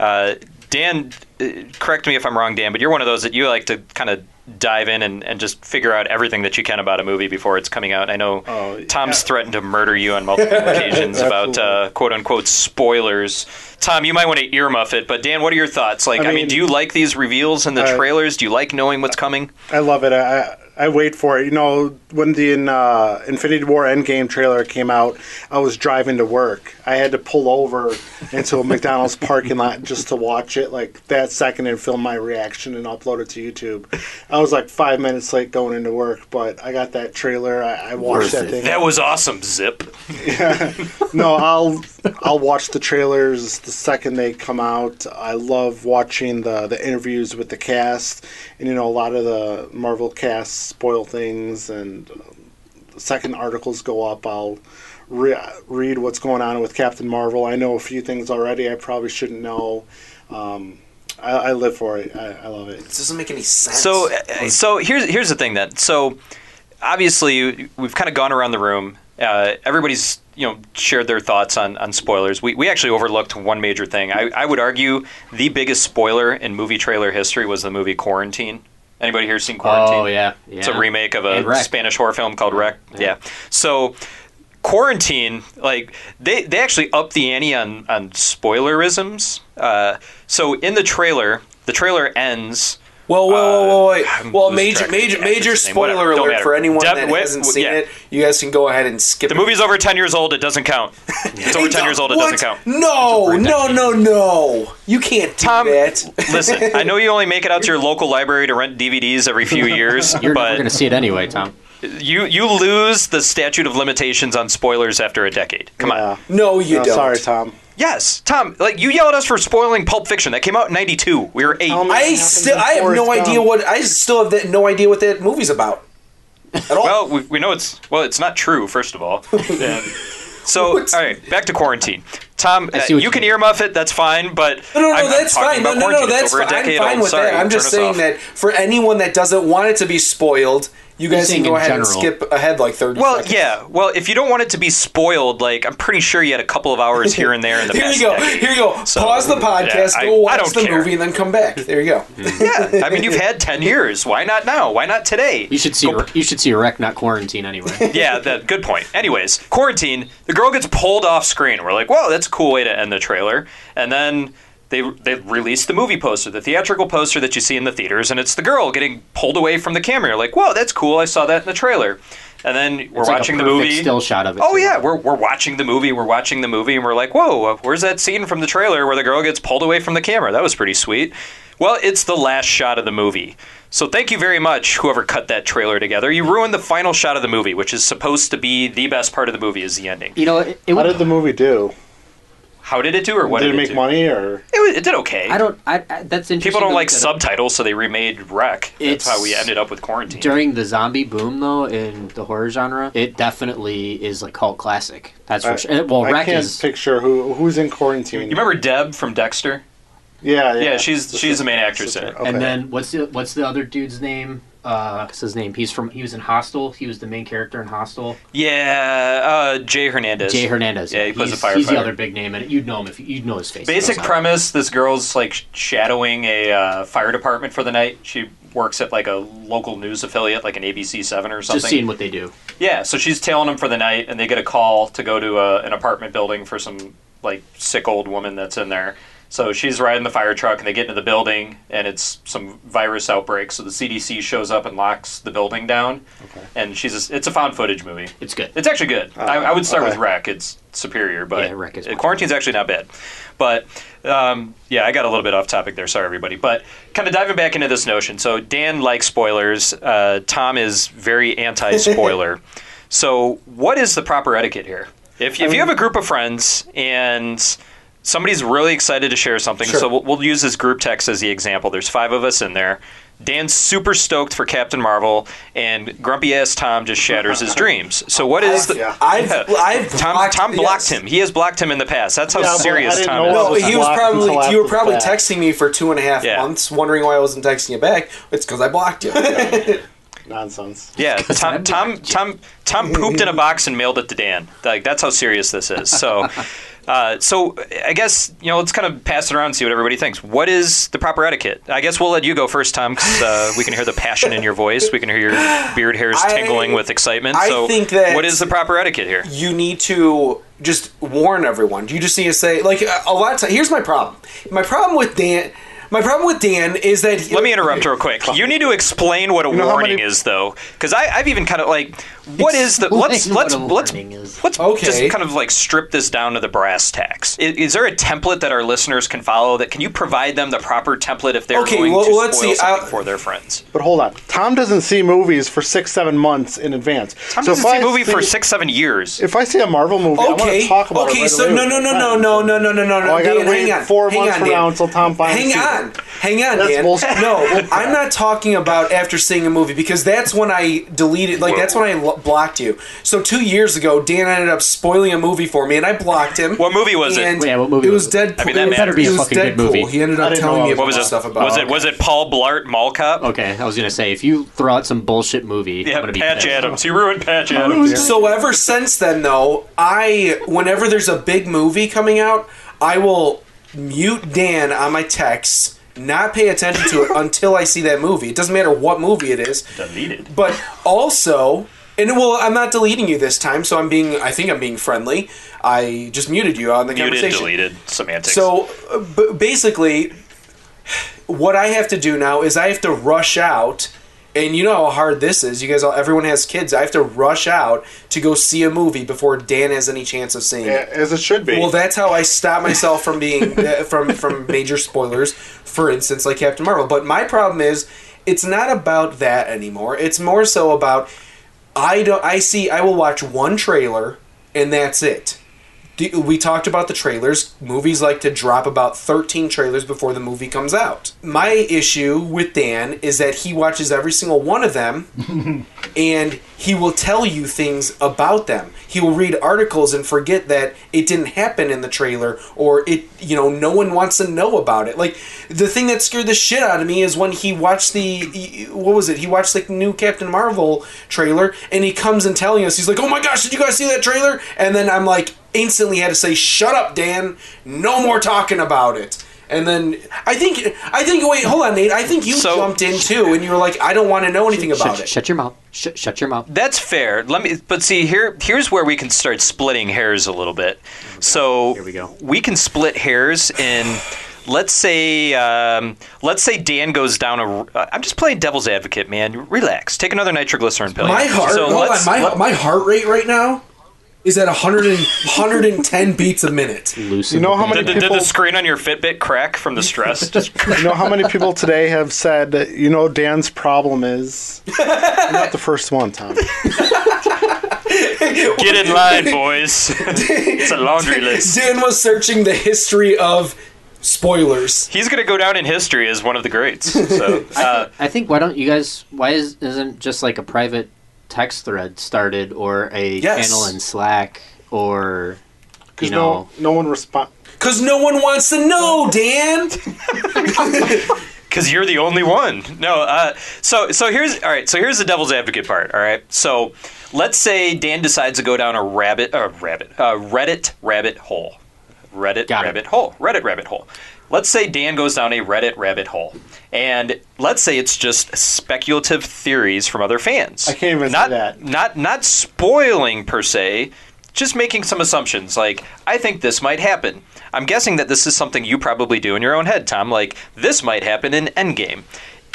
Speaker 11: Uh, Dan, uh, correct me if I'm wrong, Dan, but you're one of those that you like to kind of dive in and, and just figure out everything that you can about a movie before it's coming out. I know
Speaker 10: Oh,
Speaker 11: Tom's threatened to murder you on multiple occasions about uh, quote unquote spoilers. Tom, you might want to earmuff it, but Dan, what are your thoughts? Like, I
Speaker 10: I
Speaker 11: mean,
Speaker 10: mean,
Speaker 11: do you like these reveals and the
Speaker 10: uh,
Speaker 11: trailers? Do you like knowing what's coming?
Speaker 10: I love it. I I wait for it. You know, when the uh, Infinity War Endgame trailer came out, I was driving to work. I had to pull over into a McDonald's parking lot just to watch it, like that second, and film my reaction and upload it to YouTube. I was like five minutes late going into work, but I got that trailer. I, I watched that thing.
Speaker 11: That was awesome, Zip.
Speaker 10: no, I'll I'll watch the trailers the second they come out. I love watching the the interviews with the cast, and you know a lot of the Marvel cast spoil things. And um, the second articles go up, I'll re- read what's going on with Captain Marvel. I know a few things already I probably shouldn't know. Um, I, I live for it. I, I love it. This
Speaker 2: doesn't make any sense.
Speaker 11: So, uh, so here's here's the thing then. So, obviously, we've kind of gone around the room. Uh, everybody's you know shared their thoughts on on spoilers. We we actually overlooked one major thing. I I would argue the biggest spoiler in movie trailer history was the movie Quarantine. Anybody here seen Quarantine?
Speaker 4: Oh, yeah,
Speaker 11: It's a
Speaker 4: yeah.
Speaker 11: remake of a
Speaker 4: And Wreck.
Speaker 11: Spanish horror film called Wreck. yeah. So quarantine like they they actually up the ante on on spoilerisms uh so in the trailer the trailer ends
Speaker 2: Whoa, whoa, whoa, whoa, wait. well,
Speaker 11: Uh, losing
Speaker 2: major,
Speaker 11: track of
Speaker 2: major,
Speaker 11: the actress's
Speaker 2: major
Speaker 11: name,
Speaker 2: spoiler
Speaker 11: whatever, don't
Speaker 2: alert
Speaker 11: matter.
Speaker 2: for anyone
Speaker 11: Deb
Speaker 2: that
Speaker 11: Whitt-
Speaker 2: hasn't seen
Speaker 11: yeah.
Speaker 2: it. You guys can go ahead and skip
Speaker 11: The
Speaker 2: it.
Speaker 11: movie's over 10 years old. It doesn't count. It's over 10 years old. It doesn't
Speaker 2: What?
Speaker 11: count.
Speaker 2: No, no, no, no. You can't do that.
Speaker 11: Listen, I know you only make it out to your local library to rent DVDs every few years,
Speaker 4: You're
Speaker 11: but
Speaker 4: never going to see it anyway, Tom.
Speaker 11: you you lose the statute of limitations on spoilers after a decade. Come on.
Speaker 2: No, Oh, you
Speaker 11: No,
Speaker 2: don't.
Speaker 11: sorry,
Speaker 10: Uh, Tom.
Speaker 11: Yes, Tom. Like you yell at us for spoiling Pulp Fiction. That came out in '92. We were eight.
Speaker 2: I still, I have no idea what. I still have that, no idea what that movie's about.
Speaker 11: Well, we, we know it's well. It's not true. First of all. Yeah. So, all right, back to quarantine. Tom,
Speaker 2: I
Speaker 11: uh,
Speaker 2: see
Speaker 11: you,
Speaker 2: what you
Speaker 11: can earmuff it. That's fine, but
Speaker 2: No, no, no,
Speaker 11: I'm- I'm
Speaker 2: that's
Speaker 11: talking
Speaker 2: fine. No,
Speaker 11: about
Speaker 2: no, no,
Speaker 11: quarantine.
Speaker 2: that's
Speaker 11: It's over a
Speaker 2: fine. I'm
Speaker 11: decade
Speaker 2: fine
Speaker 11: old.
Speaker 2: with
Speaker 11: Sorry,
Speaker 2: that. I'm just
Speaker 11: turn us
Speaker 2: saying
Speaker 11: off.
Speaker 2: that for anyone that doesn't want it to be spoiled, you
Speaker 11: You're
Speaker 2: guys can
Speaker 11: saying
Speaker 2: go
Speaker 11: in
Speaker 2: ahead and
Speaker 11: general.
Speaker 2: skip ahead like 30
Speaker 11: Well,
Speaker 2: seconds.
Speaker 11: yeah. Well, if you don't want it to be spoiled, like I'm pretty sure you had a couple of hours here and there in the
Speaker 2: Here
Speaker 11: past
Speaker 2: you go.
Speaker 11: decade.
Speaker 2: Here you go.
Speaker 11: So,
Speaker 2: Pause the podcast.
Speaker 11: yeah, I-
Speaker 2: go watch
Speaker 11: I don't
Speaker 2: the
Speaker 11: care.
Speaker 2: movie and then come back. There you go.
Speaker 11: yeah, I mean, you've had ten years. Why not now? Why not today?
Speaker 4: You should see you should see wreck, not quarantine anyway.
Speaker 11: yeah, that good point. Anyways, quarantine. The girl gets pulled off screen. We're like, whoa, that's a cool way to end the trailer. And then they they release the movie poster, the theatrical poster that you see in the theaters, and it's the girl getting pulled away from the camera. You're like, whoa, that's cool. I saw that in the trailer. And then we're
Speaker 4: It's like a
Speaker 11: watching the
Speaker 4: perfect
Speaker 11: movie.
Speaker 4: still shot of it,
Speaker 11: Oh yeah, we're we're watching the movie. We're watching the movie, and we're like, whoa, uh, where's that scene from the trailer where the girl gets pulled away from the camera? That was pretty sweet. Well, it's the last shot of the movie. So thank you very much, whoever cut that trailer together. You ruined the final shot of the movie, which is supposed to be the best part of the movie, is the ending.
Speaker 4: You know, it, it
Speaker 10: How did the movie do?
Speaker 11: How did it do, or what
Speaker 10: did
Speaker 11: did,
Speaker 10: it make
Speaker 11: do?
Speaker 10: money, or
Speaker 11: It, was, it did okay.
Speaker 4: I don't. I, I, that's interesting.
Speaker 11: People don't
Speaker 4: to
Speaker 11: like
Speaker 4: look at it.
Speaker 11: subtitles, so they remade Wreck.
Speaker 4: It's-
Speaker 11: That's how we ended up with Quarantine.
Speaker 4: during the zombie boom though in the horror genre. It definitely is like cult classic. That's for
Speaker 10: I-
Speaker 4: sure. Well,
Speaker 10: I
Speaker 4: wreck
Speaker 10: can't
Speaker 4: is
Speaker 10: picture who who's in quarantine.
Speaker 11: You remember Deb from Dexter?
Speaker 10: Yeah, yeah.
Speaker 11: Yeah, she's she's the main actress in it.
Speaker 4: And then what's the what's the other dude's name? Uh, what's his name? He's from he was in Hostel. He was the main character in Hostel.
Speaker 11: Yeah, uh, Jay Hernandez.
Speaker 4: Jay Hernandez.
Speaker 11: Yeah, he plays a
Speaker 4: he's,
Speaker 11: firefighter.
Speaker 4: He's the other big name, and you'd know him if you- you'd know his face.
Speaker 11: Basic
Speaker 4: Outside.
Speaker 11: premise: This girl's like sh- shadowing a uh, fire department for the night. She works at like a local news affiliate, like an ABC Seven or something.
Speaker 4: Just seeing what they do.
Speaker 11: Yeah, so she's tailing them for the night, and they get a call to go to a, an apartment building for some like sick old woman that's in there. So she's riding the fire truck, and they get into the building, and it's some virus outbreak. So the CDC shows up and locks the building down. Okay. And she's just, it's a found footage movie.
Speaker 4: It's good.
Speaker 11: It's actually good. I, I would start
Speaker 4: Uh, okay.
Speaker 11: with Wreck. It's superior, but
Speaker 4: Yeah, Wreck is
Speaker 11: uh, Quarantine's actually not bad. But um, yeah, I got a little bit off topic there. Sorry, everybody. But kind of diving back into this notion. So Dan likes spoilers. Uh, Tom is very anti-spoiler. so what is the proper etiquette here? If, if
Speaker 2: Um,
Speaker 11: you have a group of friends and somebody's really excited to share something,
Speaker 2: Sure.
Speaker 11: so we'll, we'll use this group text as the example. There's five of us in there. Dan's super stoked for Captain Marvel, and grumpy ass Tom just shatters his dreams. So what is
Speaker 2: I've-
Speaker 11: the?
Speaker 2: I've-
Speaker 11: Yeah.
Speaker 2: I've
Speaker 11: Tom,
Speaker 2: blocked-
Speaker 11: Tom
Speaker 2: yes.
Speaker 11: blocked him. He has blocked him in the past. That's how
Speaker 2: Yeah, but I
Speaker 11: serious
Speaker 2: didn't
Speaker 11: Tom is.
Speaker 2: No, he was
Speaker 10: until
Speaker 2: probably you
Speaker 10: after
Speaker 2: were probably
Speaker 10: the fact.
Speaker 2: texting me for two and a half months, wondering why I wasn't texting you back. It's because I blocked you.
Speaker 10: nonsense.
Speaker 11: Yeah, Tom, Tom, Tom, Tom pooped in a box and mailed it to Dan. Like that's how serious this is. So, uh, so I guess you know, let's kind of pass it around and see what everybody thinks. What is the proper etiquette? I guess we'll let you go first, Tom, because uh, we can hear the passion in your voice. We can hear your beard hairs
Speaker 2: I-
Speaker 11: tingling with excitement.
Speaker 2: I
Speaker 11: so,
Speaker 2: think that-
Speaker 11: what is the proper etiquette here?
Speaker 2: you need to just warn everyone. You just need to say like a- a lot of times. Here's my problem. My problem with Dan. My problem with Dan is that he,
Speaker 11: Let me interrupt real quick. You need to explain what a
Speaker 2: know how
Speaker 11: warning
Speaker 2: many-
Speaker 11: is, though, because I've even kind of like, what is the? Let's
Speaker 2: Explain
Speaker 11: let's
Speaker 2: what a
Speaker 11: let's
Speaker 2: warning
Speaker 11: let's
Speaker 2: Okay.
Speaker 11: just kind of like strip this down to the brass tacks. I- Is, there a template that our listeners can follow? That can you provide them the proper template if they're
Speaker 2: Okay,
Speaker 11: going
Speaker 2: well,
Speaker 11: to
Speaker 2: let's
Speaker 11: spoil
Speaker 2: see,
Speaker 11: something for their friends?
Speaker 10: But hold on, Tom doesn't see movies for six, seven months in advance.
Speaker 11: Tom
Speaker 10: So
Speaker 11: doesn't
Speaker 10: if
Speaker 11: see
Speaker 10: I
Speaker 11: a movie for
Speaker 10: see-
Speaker 11: six, seven years.
Speaker 10: If I see a Marvel movie, I want
Speaker 2: Okay,
Speaker 10: to talk about it.
Speaker 2: okay,
Speaker 10: right
Speaker 2: so
Speaker 10: away
Speaker 2: no,
Speaker 10: with
Speaker 2: no,
Speaker 10: my
Speaker 2: no,
Speaker 10: friends.
Speaker 2: no, no, no, no, no, no, no.
Speaker 10: Oh, I gotta
Speaker 2: Dan,
Speaker 10: wait
Speaker 2: hang on.
Speaker 10: four
Speaker 2: hang
Speaker 10: months
Speaker 2: on,
Speaker 10: from
Speaker 2: Dan.
Speaker 10: now until Tom finds
Speaker 2: Hang
Speaker 10: it.
Speaker 2: on, hang on,
Speaker 10: That's
Speaker 2: Dan.
Speaker 10: bullshit.
Speaker 2: No, I'm not talking about after seeing a movie because that's when I deleted. Like that's when I lo- blocked you. So two years ago, Dan ended up spoiling a movie for me, and I blocked him.
Speaker 11: What movie was it?
Speaker 2: And
Speaker 11: Yeah, what movie
Speaker 2: It
Speaker 11: was
Speaker 2: was
Speaker 11: it?
Speaker 2: Deadpool.
Speaker 11: I mean, that
Speaker 2: it
Speaker 11: better be a
Speaker 2: was
Speaker 11: fucking
Speaker 4: good
Speaker 2: Deadpool.
Speaker 4: movie.
Speaker 2: He ended up telling me
Speaker 11: what was
Speaker 2: about
Speaker 11: it?
Speaker 2: stuff about.
Speaker 11: was it was it Paul Blart Mall Cop?
Speaker 2: Oh,
Speaker 4: Okay, I was gonna say if you throw out some bullshit movie, I'm
Speaker 11: Yeah,
Speaker 4: gonna be
Speaker 11: Patch
Speaker 4: pissed.
Speaker 11: Adams. You ruined Patch Adams.
Speaker 2: So ever since then, though, I whenever there's a big movie coming out, I will mute Dan on my texts, not pay attention to it until I see that movie. It doesn't matter what movie it is.
Speaker 11: Deleted.
Speaker 2: But also, and well, I'm not deleting you this time, so I'm being. I think I'm being friendly. I just muted you on the
Speaker 11: Muted,
Speaker 2: conversation.
Speaker 11: deleted, semantics.
Speaker 2: So uh, b- basically, uh, what I have to do now is I have to rush out, and you know how hard this is. You guys, all everyone has kids. I have to rush out to go see a movie before Dan has any chance of seeing it.
Speaker 10: As it should be.
Speaker 2: Well, that's how I stop myself from being uh, from from major spoilers. For instance, like Captain Marvel. But my problem is, it's not about that anymore. It's more so about I don't. I see. I will watch one trailer, and that's it. Do- We talked about the trailers. Movies like to drop about 13 trailers before the movie comes out. My issue with Dan is that he watches every single one of them and he will tell you things about them. He will read articles and forget that it didn't happen in the trailer or it, you know, no one wants to know about it. Like the thing that scared the shit out of me is when he watched the what was it? He watched the new Captain Marvel trailer and he comes and telling us he's like, "Oh my gosh, did you guys see that trailer?" And then I'm like instantly had to say, "Shut up, Dan. No more talking about it." And then I think I think wait hold on Nate I think you jumped in too and you were like I don't want to know anything about it.
Speaker 4: Shut your mouth. Shut, shut your mouth.
Speaker 11: That's fair. Let me, but see here. Here's where we can start splitting hairs a little bit. So here we go. We can split hairs in. Let's say, um, let's say Dan goes down a. uh, I'm just playing devil's advocate, man. Relax. Take another nitroglycerin pill.
Speaker 2: My heart,
Speaker 11: Oh, So
Speaker 2: hold on,
Speaker 11: let's-
Speaker 2: my,
Speaker 11: let-
Speaker 2: my heart rate right now is at 100 and, 110 beats a minute.
Speaker 10: You know how many
Speaker 11: did, did- did
Speaker 10: people-
Speaker 11: the screen on your Fitbit crack from the stress?
Speaker 10: you know how many people today have said, you know, Dan's problem is. You're not the first one, Tom.
Speaker 11: Get in line, boys. it's a laundry list.
Speaker 2: Dan was searching the history of spoilers.
Speaker 11: He's gonna go down in history as one of the greats. So uh,
Speaker 4: I think why don't you guys? Why is, isn't just like a private text thread started or a
Speaker 2: Yes.
Speaker 4: channel in Slack or you
Speaker 10: no-
Speaker 4: know?
Speaker 10: No one responds.
Speaker 2: Because no one wants to know, Dan.
Speaker 11: Because you're the only one. No. Uh, so so here's all right. So here's the devil's advocate part. All right. So let's say Dan decides to go down a rabbit, uh, rabbit, uh, Reddit rabbit hole, Reddit rabbit hole, Reddit rabbit hole. Let's say Dan goes down a Reddit rabbit hole, and let's say it's just speculative theories from other fans.
Speaker 10: I can't even
Speaker 11: not,
Speaker 10: say that.
Speaker 11: Not not spoiling per se, just making some assumptions. Like I think this might happen. I'm guessing that this is something you probably do in your own head, Tom. Like this might happen in Endgame.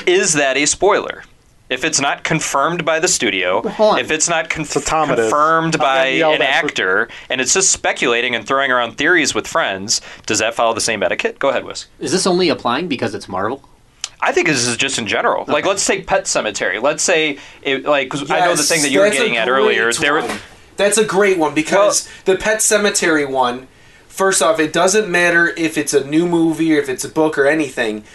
Speaker 11: Is that a spoiler? If it's not confirmed by the studio, if it's not conf-
Speaker 10: it is.
Speaker 11: confirmed
Speaker 10: I'm
Speaker 11: by
Speaker 10: gonna yell
Speaker 11: an
Speaker 10: that for-
Speaker 11: actor, and it's just speculating and throwing around theories with friends, does that follow the same etiquette? Go ahead, Wisk.
Speaker 4: Is this only applying because it's Marvel?
Speaker 11: I think this is just in general. Like, let's take Pet Cemetery. Let's say, it, like, 'cause I know the
Speaker 2: Yes,
Speaker 11: thing that you were
Speaker 2: that's a
Speaker 11: getting at earlier.
Speaker 2: great
Speaker 11: There, were-
Speaker 2: one. That's a great one because the Pet Cemetery one, first off, it doesn't matter if it's a new movie or if it's a book or anything.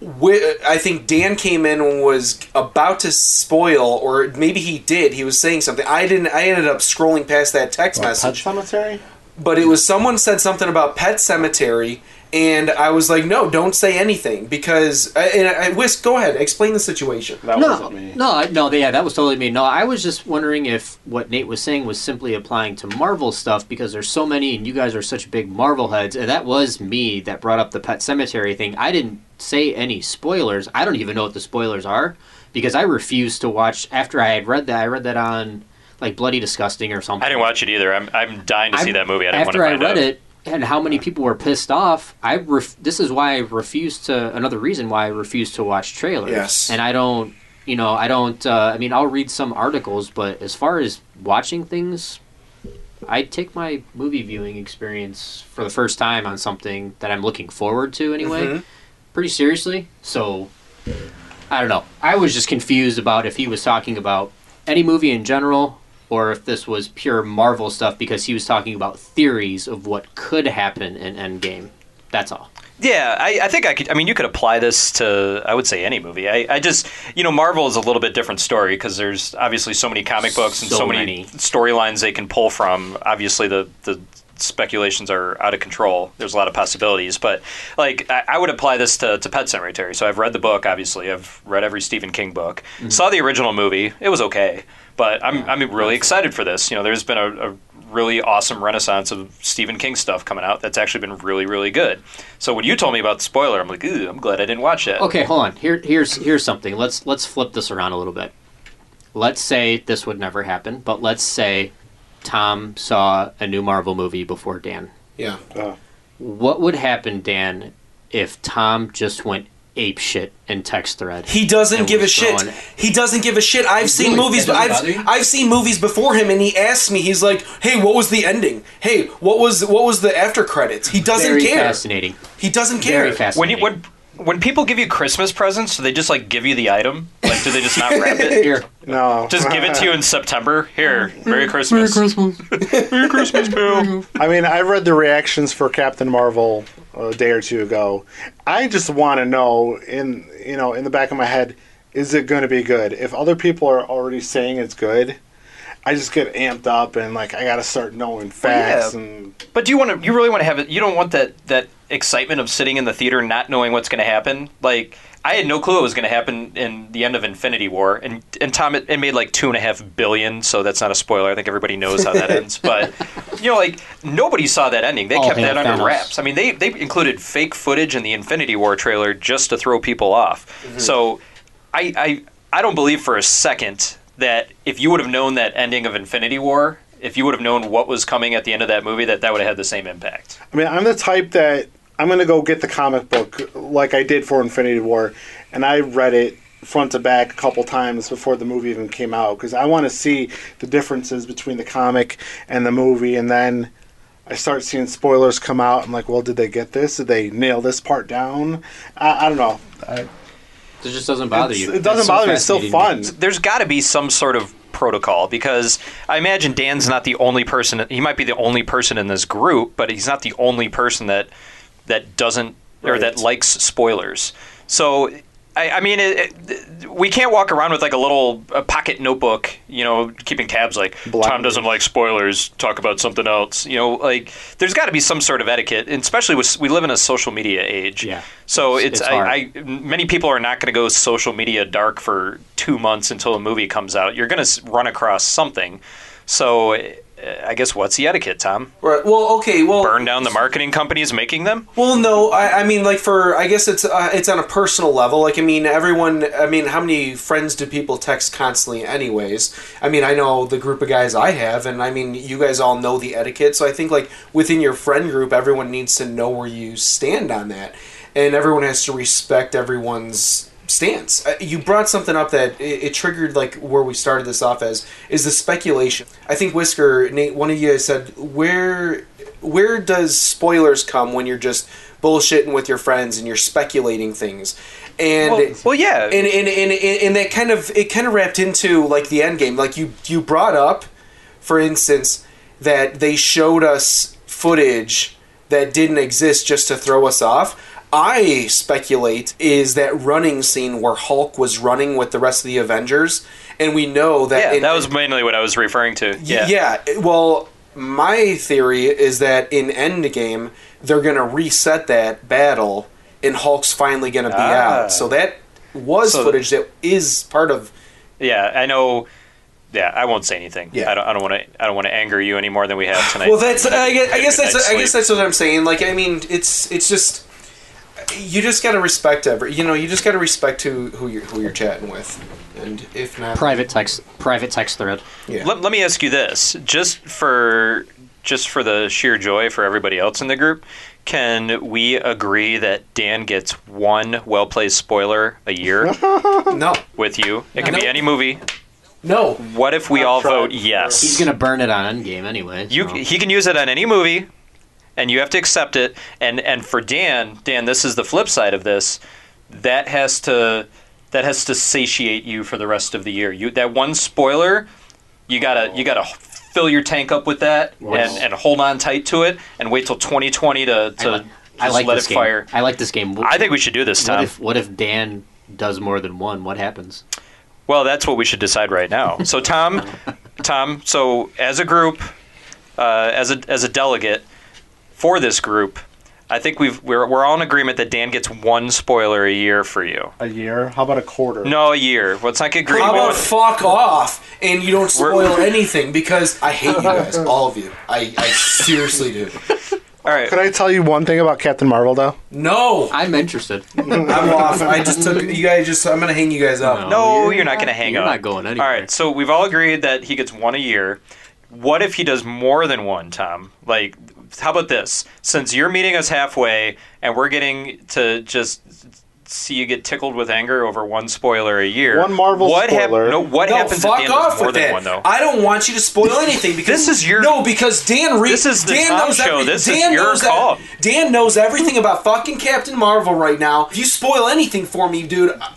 Speaker 2: Wi- I think Dan came in and was about to spoil, or maybe he did. He was saying something. I didn't. I ended up scrolling past that text message
Speaker 10: Cemetery?
Speaker 2: but it was someone said something about Pet Cemetery, and I was like, no, don't say anything because. I- And I, Whisk, go ahead, explain the situation.
Speaker 10: That
Speaker 4: no, no, I- no. Yeah, that was totally me. No, I was just wondering if what Nate was saying was simply applying to Marvel stuff because there's so many, and you guys are such big Marvel heads. And that was me that brought up the Pet Cemetery thing. I didn't say any spoilers. I don't even know what the spoilers are because I refused to watch. After I had read that, I read that on like Bloody Disgusting or something.
Speaker 11: I didn't watch it either. I'm, I'm dying to see
Speaker 4: I'm-
Speaker 11: that movie. I didn't want
Speaker 4: after
Speaker 11: to find
Speaker 4: I read
Speaker 11: out.
Speaker 4: it and how many people were pissed off, I ref- this is why I refuse to. Another reason why I refuse to watch trailers.
Speaker 2: Yes.
Speaker 4: and I don't. You know, I don't. Uh, I mean, I'll read some articles, but as far as watching things, I take my movie viewing experience for the first time on something that I'm looking forward to anyway,
Speaker 2: Mhm.
Speaker 4: pretty seriously. So, I don't know. I was just confused about if he was talking about any movie in general or if this was pure Marvel stuff because he was talking about theories of what could happen in Endgame. That's all.
Speaker 11: Yeah, I, I think I could. I mean, you could apply this to, I would say, any movie. I, I just, you know, Marvel is a little bit different story because there's obviously so many comic books and
Speaker 4: So
Speaker 11: so, many,
Speaker 4: many.
Speaker 11: storylines they can pull from. Obviously, the, the speculations are out of control. There's a lot of possibilities. But, like, I, I would apply this to, to Pet Cemetery. So I've read the book, obviously. I've read every Stephen King book. Saw the original movie. It was okay. But I'm, I'm really excited for this. You know, there's been a, a really awesome renaissance of Stephen King stuff coming out that's actually been really, really good. So when you told me about the spoiler, I'm like, ooh, I'm glad I didn't watch that.
Speaker 4: Okay, hold on. Here, here's here's something. Let's let's flip this around a little bit. Let's say this would never happen, but let's say Tom saw a new Marvel movie before Dan.
Speaker 2: Yeah.
Speaker 4: What would happen, Dan, if Tom just went ape shit in text thread.
Speaker 2: He doesn't
Speaker 4: And
Speaker 2: give a
Speaker 4: was
Speaker 2: shit.
Speaker 4: throwing-
Speaker 2: He doesn't give a shit. I've seen
Speaker 4: Really?
Speaker 2: movies,
Speaker 4: That
Speaker 2: but
Speaker 4: doesn't bother
Speaker 2: I've
Speaker 4: you?
Speaker 2: I've seen movies before him, and he asks me. He's like, "Hey, what was the ending? Hey, what was what was the after credits?" He doesn't
Speaker 4: Very
Speaker 2: care.
Speaker 4: fascinating.
Speaker 2: He doesn't care.
Speaker 11: When you when when people give you Christmas presents, do they just like give you the item? Like, do they just not wrap it?
Speaker 4: Here.
Speaker 10: No.
Speaker 11: Just give it to you in September. Here, Merry Christmas.
Speaker 10: Christmas. Merry Christmas, Bill. I mean, I read the reactions for Captain Marvel a day or two ago. I just want to know in you know in the back of my head, is it going to be good? If other people are already saying it's good, I just get amped up and like I got to start knowing facts
Speaker 11: yeah.
Speaker 10: and
Speaker 11: But do you want to? You really want to have it? You don't want that that excitement of sitting in the theater not knowing what's going to happen. Like I had no clue what was going to happen in the end of Infinity War, and and Tom it, it made like two and a half billion, so that's not a spoiler. I think everybody knows how that ends. But you know, like nobody saw that ending. They
Speaker 4: All
Speaker 11: kept
Speaker 4: hail
Speaker 11: that under
Speaker 4: Thanos.
Speaker 11: wraps. I mean, they they included fake footage in the Infinity War trailer just to throw people off. So I, I I don't believe for a second that if you would have known that ending of Infinity War, if you would have known what was coming at the end of that movie, that that would have had the same impact.
Speaker 10: I mean, I'm the type that I'm going to go get the comic book like I did for Infinity War, and I read it front to back a couple times before the movie even came out because I want to see the differences between the comic and the movie, and then I start seeing spoilers come out. I'm like, well, did they get this? Did they nail this part down? I, I don't know. I,
Speaker 4: It just doesn't bother
Speaker 10: It's-
Speaker 4: you.
Speaker 10: it
Speaker 4: That's
Speaker 10: doesn't
Speaker 4: so
Speaker 10: bother me. It's still
Speaker 4: fascinating.
Speaker 10: fun.
Speaker 11: There's got to be some sort of protocol because I imagine Dan's not the only person. He might be the only person in this group, but he's not the only person that that doesn't or
Speaker 10: Right.
Speaker 11: that likes spoilers. So. I, I mean, it, it, we can't walk around with like a little uh pocket notebook, you know, keeping tabs. Like Tom doesn't like spoilers. Talk about something else. You know, like there's got to be some sort of etiquette, and especially with we live in a social media age. Yeah. So it's,
Speaker 4: it's
Speaker 11: I,
Speaker 4: hard.
Speaker 11: I many people are not going to go social media dark for two months until a movie comes out. You're going to run across something. So uh, I guess what's the etiquette, Tom?
Speaker 2: Right. Well, okay. Well,
Speaker 11: burn down the marketing companies making them.
Speaker 2: Well, no, I, I mean, like for I guess it's uh, it's on a personal level. Like, I mean, everyone. I mean, how many friends do people text constantly, anyways? I mean, I know the group of guys I have, and I mean, you guys all know the etiquette. So I think like within your friend group, everyone needs to know where you stand on that, and everyone has to respect everyone's stance. Uh, You brought something up that it, it triggered like where we started this off as is the speculation. I think Whisker Nate, one of you guys said where where does spoilers come when you're just bullshitting with your friends and you're speculating things and
Speaker 11: Well- well, yeah
Speaker 2: and and, and, and and that kind of it kind of wrapped into like the end game like you you brought up for instance that they showed us footage that didn't exist just to throw us off i speculate is that running scene where hulk was running with the rest of the avengers and we know that
Speaker 11: Yeah,
Speaker 2: in- e
Speaker 11: that was mainly what I was referring to.
Speaker 2: yeah. yeah. Well, my theory is that in Endgame, they're going to reset that battle, and Hulk's finally going to be
Speaker 11: Ah.
Speaker 2: out. So that was
Speaker 11: So-
Speaker 2: footage that is part of.
Speaker 11: Yeah, I know. Yeah, I won't say anything. Yeah. I don't. I don't want to. I don't want to anger you any more than we have tonight.
Speaker 2: Well, that's. I guess, I
Speaker 11: Good
Speaker 2: guess that's.
Speaker 11: night's
Speaker 2: I guess
Speaker 11: sleep.
Speaker 2: that's what I'm saying. Like, I mean, it's. It's just. You just got to respect every. You know, you just got to respect who who you're who you're chatting with, and if not,
Speaker 4: Private text, private text thread.
Speaker 2: Yeah.
Speaker 11: Let, let me ask you this, just for just for the sheer joy for everybody else in the group, can we agree that Dan gets one well placed spoiler a year?
Speaker 2: no.
Speaker 11: With you, it can
Speaker 4: No.
Speaker 11: be any movie.
Speaker 2: No.
Speaker 11: What if we all vote yes?
Speaker 4: He's gonna burn it on Endgame anyway.
Speaker 11: You
Speaker 4: so.
Speaker 11: he can use it on any movie, and you have to accept it. And and for Dan, Dan, this is the flip side of this. That has to that has to satiate you for the rest of the year. You that one spoiler, you gotta you gotta fill your tank up with that
Speaker 4: Wow.
Speaker 11: and, and hold on tight to it and wait till 2020 to to just
Speaker 4: I like
Speaker 11: let
Speaker 4: this
Speaker 11: it
Speaker 4: game.
Speaker 11: fire.
Speaker 4: I like this game.
Speaker 11: I think we should do this, Tom.
Speaker 4: What if, what if Dan does more than one? What happens?
Speaker 11: Well, that's what we should decide right now. So, Tom, Tom, so as a group, uh, as a as a delegate for this group, I think we've we're we're all in agreement that Dan gets one spoiler a year for you.
Speaker 10: a year? How about a quarter?
Speaker 11: No, a year. Let's not get greedy.
Speaker 2: How
Speaker 11: We
Speaker 2: about
Speaker 11: want-
Speaker 2: fuck off and you don't
Speaker 11: We're-
Speaker 2: spoil anything because I hate you guys, all of you. I, I seriously do.
Speaker 11: All right.
Speaker 10: Could I tell you one thing about Captain Marvel though?
Speaker 2: No,
Speaker 4: I'm interested.
Speaker 2: I'm off. I just took you guys. Just I'm gonna hang you guys up.
Speaker 11: no, you're, not going to hang
Speaker 4: Oh, you're
Speaker 11: up.
Speaker 4: not going anywhere.
Speaker 11: All right, so we've all agreed that he gets one a year. What if he does more than one, Tom? Like, how about this? Since you're meeting us halfway and we're getting to just see you get tickled with anger over one spoiler a year.
Speaker 10: One Marvel
Speaker 11: what hap-
Speaker 10: spoiler.
Speaker 11: no, what
Speaker 2: no,
Speaker 11: happens
Speaker 2: fuck
Speaker 11: at the end
Speaker 2: off
Speaker 11: of more
Speaker 2: with
Speaker 11: than
Speaker 2: that.
Speaker 11: one though?
Speaker 2: I don't want you to spoil anything because
Speaker 11: This is your-
Speaker 2: no because Dan reads
Speaker 11: This is the
Speaker 2: Dan
Speaker 11: Tom
Speaker 2: knows
Speaker 11: show.
Speaker 2: every-
Speaker 11: This is
Speaker 2: Dan
Speaker 11: your
Speaker 2: knows
Speaker 11: call.
Speaker 2: That, Dan knows everything about fucking Captain Marvel right now. If you spoil anything for me, dude, I-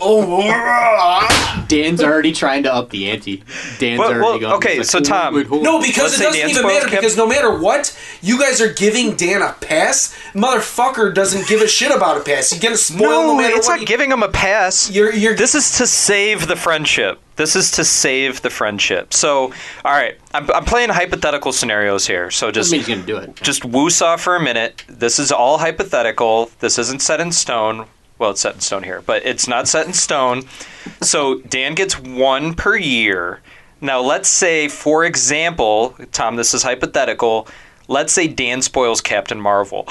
Speaker 2: oh.
Speaker 4: Dan's already trying to up the ante. Dan's
Speaker 11: Well, well,
Speaker 4: already going.
Speaker 11: okay,
Speaker 4: he's
Speaker 11: so
Speaker 4: "Ooh,
Speaker 11: Tom-
Speaker 4: ooh, ooh."
Speaker 2: No, because it
Speaker 11: Let's say
Speaker 2: doesn't
Speaker 11: Dan
Speaker 2: even
Speaker 11: spoils
Speaker 2: matter.
Speaker 11: Cap-
Speaker 2: because no matter what, you guys are giving Dan a pass. Motherfucker doesn't give a shit about a pass. He's gonna spoil no,
Speaker 11: no,
Speaker 2: matter
Speaker 11: it's
Speaker 2: what.
Speaker 11: not giving him a pass.
Speaker 2: You're, you're.
Speaker 11: This is to save the friendship. This is to save the friendship. So, all right, I'm, I'm playing hypothetical scenarios here. So just
Speaker 4: Doesn't mean he's gonna do it.
Speaker 11: just woosaw for a minute. This is all hypothetical. This isn't set in stone. Well, it's set in stone here, but it's not set in stone. So Dan gets one per year. Now, let's say, for example, Tom, this is hypothetical. Let's say Dan spoils Captain Marvel.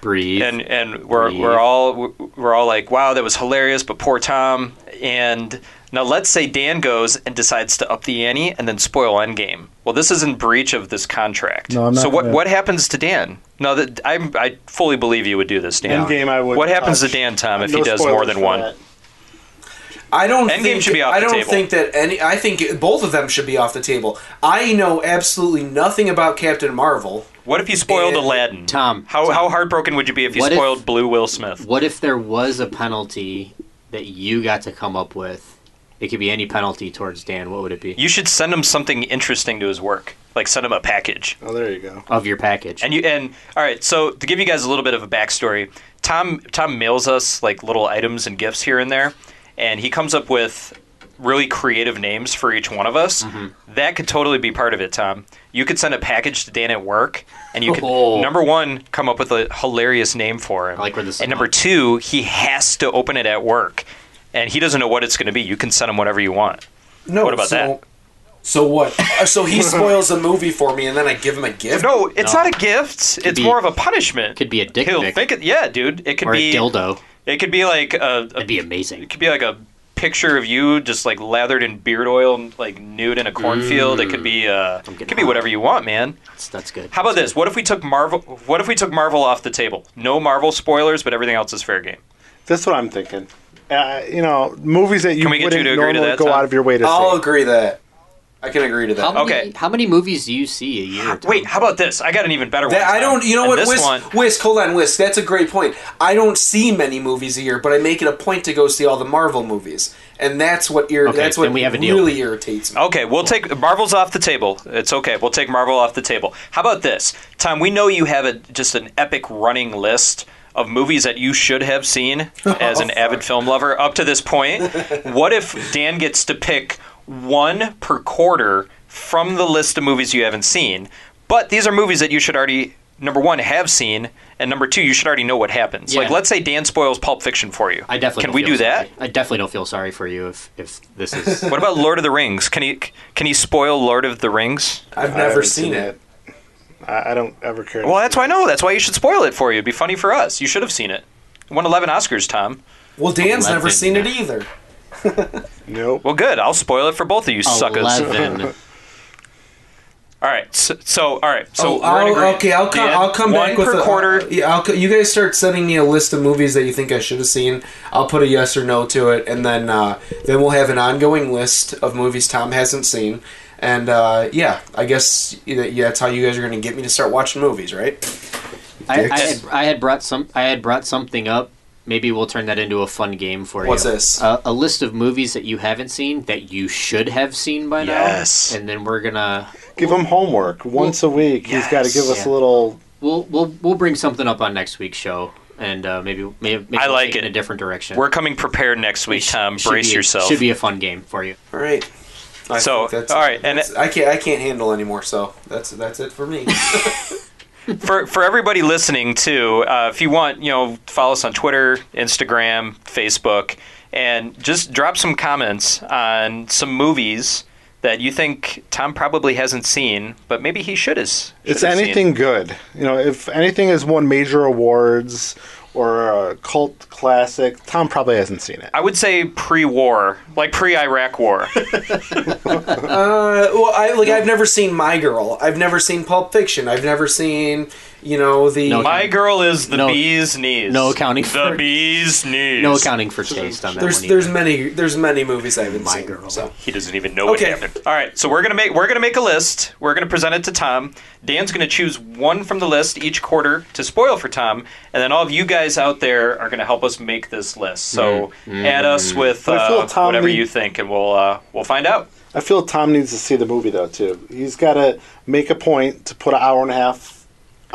Speaker 4: Breathe.
Speaker 11: and and we're
Speaker 4: Breathe.
Speaker 11: we're all we're all like, wow, that was hilarious, but poor Tom. And now let's say Dan goes and decides to up the ante and then spoil Endgame. Well, this is in breach of this contract.
Speaker 10: No, I'm not
Speaker 11: so what
Speaker 10: gonna-
Speaker 11: what happens to Dan? No, that I I fully believe you would do this, Dan.
Speaker 10: Endgame, I would
Speaker 11: What happens
Speaker 10: touch.
Speaker 11: to Dan, Tom, if
Speaker 10: No
Speaker 11: he does
Speaker 10: spoilers
Speaker 11: more than
Speaker 10: for
Speaker 11: one?
Speaker 10: that.
Speaker 2: I don't.
Speaker 11: Endgame
Speaker 2: think,
Speaker 11: should be off
Speaker 2: I
Speaker 11: the
Speaker 2: don't
Speaker 11: table.
Speaker 2: think that any. I think both of them should be off the table. I know absolutely nothing about Captain Marvel.
Speaker 11: What if you spoiled
Speaker 2: Dan-
Speaker 11: Aladdin?
Speaker 4: Eh, Tom,
Speaker 11: How how heartbroken would you be if you
Speaker 4: What if-
Speaker 11: spoiled Blue Will Smith?
Speaker 4: What if there was a penalty that you got to come up with? It could be any penalty towards Dan. What would it be?
Speaker 11: You should send him something interesting to his work, like send him a package.
Speaker 10: Oh, there you go.
Speaker 4: of your package.
Speaker 11: And you and all right, so to give you guys a little bit of a backstory, Tom Tom mails us like little items and gifts here and there, and he comes up with really creative names for each one of us.
Speaker 4: Mm-hmm.
Speaker 11: That could totally be part of it, Tom. You could send a package to Dan at work, and you could
Speaker 4: Oh.
Speaker 11: number one come up with a hilarious name for him.
Speaker 4: I like where this is
Speaker 11: and number
Speaker 4: going.
Speaker 11: two, he has to open it at work, and he doesn't know what it's going to be. You can send him whatever you want.
Speaker 2: No.
Speaker 11: What about
Speaker 2: so,
Speaker 11: that?
Speaker 2: So what? Uh, so he spoils a movie for me, and then I give him a gift.
Speaker 11: No, it's
Speaker 4: No.
Speaker 11: not a gift. it's
Speaker 4: be-
Speaker 11: more of a punishment.
Speaker 4: could be a dick
Speaker 11: He'll
Speaker 4: pic.
Speaker 11: think it. Yeah, dude. It could
Speaker 4: or
Speaker 11: be
Speaker 4: a dildo.
Speaker 11: It could be like a, a
Speaker 4: That'd be amazing.
Speaker 11: it could be like a picture of you just like lathered in beard oil and like nude in a cornfield. It could
Speaker 2: Mm.
Speaker 11: be uh
Speaker 4: getting
Speaker 11: it could be whatever you want, man.
Speaker 4: That's, that's good.
Speaker 11: How about this? What if we took Marvel what if we took Marvel off the table? No Marvel spoilers, but everything else is fair game.
Speaker 10: That's what I'm thinking. Uh, you know, movies that you
Speaker 11: Can we get you
Speaker 10: wouldn't
Speaker 11: to agree to
Speaker 10: normally
Speaker 11: that,
Speaker 10: go
Speaker 11: Tom?
Speaker 10: out of your way to
Speaker 2: I'll
Speaker 10: see.
Speaker 2: agree that. I can agree to that.
Speaker 4: How many,
Speaker 11: Okay.
Speaker 4: How many movies do you see a year? Tom?
Speaker 11: Wait, how about this? I got an even better one.
Speaker 2: That- I
Speaker 11: Tom.
Speaker 2: don't. You know
Speaker 11: And
Speaker 2: what?
Speaker 11: This
Speaker 2: Whisk,
Speaker 11: one
Speaker 2: Whisk, hold on, Whisk. That's a great point. I don't see many movies a year, but I make it a point to go see all the Marvel movies, and that's what ir-
Speaker 4: Okay,
Speaker 2: that's what
Speaker 4: then we have a deal.
Speaker 2: really irritates me.
Speaker 11: Okay, we'll take Marvel's off the table. It's okay. We'll take Marvel off the table. How about this, Tom? We know you have a, just an epic running list of movies that you should have seen as an avid film lover up to this point. what if Dan gets to pick one per quarter from the list of movies you haven't seen? But these are movies that you should already number one have seen, and number two you should already know what happens. Like
Speaker 4: Yeah.
Speaker 11: let's say Dan spoils Pulp Fiction for you.
Speaker 4: I definitely
Speaker 11: can
Speaker 4: don't
Speaker 11: we
Speaker 4: feel
Speaker 11: do that?
Speaker 4: sorry. I definitely don't feel sorry for you if if this is.
Speaker 11: What about Lord of the Rings? Can he can he spoil Lord of the Rings?
Speaker 2: I've
Speaker 10: I
Speaker 2: never
Speaker 10: haven't
Speaker 2: seen it.
Speaker 10: it. I, I don't ever care. to
Speaker 11: Well,
Speaker 10: see
Speaker 11: that's why no. That's why you should spoil it for you. It'd be funny for us. You should have seen it. It Won 11 Oscars, Tom.
Speaker 2: Well, Dan's
Speaker 4: Eleven.
Speaker 2: never seen it either.
Speaker 10: it. Nope.
Speaker 11: Well, good. I'll spoil it for both of you suckers.
Speaker 4: Eleven.
Speaker 11: All right. So, so all right.
Speaker 2: oh,
Speaker 11: So we're in
Speaker 2: I'll-
Speaker 11: agreement.
Speaker 2: okay, I'll come.
Speaker 11: Dan,
Speaker 2: I'll come
Speaker 11: one
Speaker 2: back with
Speaker 11: per
Speaker 2: a, uh,
Speaker 11: quarter.
Speaker 2: yeah, I'll, co- you guys start sending me a list of movies that you think I should have seen. I'll put a yes or no to it, and then uh, then we'll have an ongoing list of movies Tom hasn't seen. And uh, yeah, I guess that- yeah, that's how you guys are going to get me to start watching movies, right?
Speaker 4: I, I,
Speaker 2: Dicks.
Speaker 4: had, I had brought some. I had brought something up. Maybe we'll turn that into a fun game for
Speaker 2: What's
Speaker 4: you. Uh,
Speaker 2: this?
Speaker 4: A, a list of movies that you haven't seen that you should have seen by
Speaker 11: Yes.
Speaker 4: now. And then we're gonna
Speaker 10: Give him homework once a week. He's got to give us
Speaker 4: Yes.
Speaker 10: a little.
Speaker 4: we'll we'll we'll bring something up on next week's show, and uh, maybe maybe, maybe
Speaker 11: I
Speaker 4: we'll
Speaker 11: like
Speaker 4: take in
Speaker 11: it.
Speaker 4: a different direction.
Speaker 11: We're coming prepared next week,
Speaker 4: Sh-
Speaker 11: Tom.
Speaker 4: should
Speaker 11: Brace
Speaker 4: be-
Speaker 11: yourself.
Speaker 4: Should be a fun game for you.
Speaker 2: All right. I
Speaker 11: So,
Speaker 2: think that's-
Speaker 11: all right, and
Speaker 2: that's- I can't I can't handle anymore. So that's that's it for me.
Speaker 11: for for everybody listening too, uh, if you want, you know, follow us on Twitter, Instagram, Facebook, and just drop some comments on some movies that you think Tom probably hasn't seen, but maybe he should is.
Speaker 10: It's anything good. You know, if anything has won major awards or a cult classic, Tom probably hasn't seen it.
Speaker 11: I would say pre-war, like pre-Iraq war.
Speaker 2: Uh, well, I like I've never seen My Girl. I've never seen Pulp Fiction. I've never seen you know the
Speaker 11: my girl is the
Speaker 2: No.
Speaker 11: bee's knees.
Speaker 2: No accounting
Speaker 11: The
Speaker 2: for-
Speaker 11: bee's knees.
Speaker 2: No accounting
Speaker 4: for taste on
Speaker 2: there's there's many there's many movies I haven't
Speaker 11: My
Speaker 2: seen. So
Speaker 11: he doesn't even know what
Speaker 2: Okay.
Speaker 11: happened. All right, so we're gonna make we're gonna make a list. We're gonna present it to Tom. Dan's gonna choose one from the list each quarter to spoil for Tom, and then all of you guys out there are gonna help us make this list. So
Speaker 13: Mm.
Speaker 11: add us with
Speaker 13: But I feel
Speaker 11: uh,
Speaker 13: Tom
Speaker 11: whatever
Speaker 13: need-
Speaker 11: you think, and we'll uh, we'll find out.
Speaker 13: I feel Tom needs to see the movie though too. He's got to make a point to put an hour and a half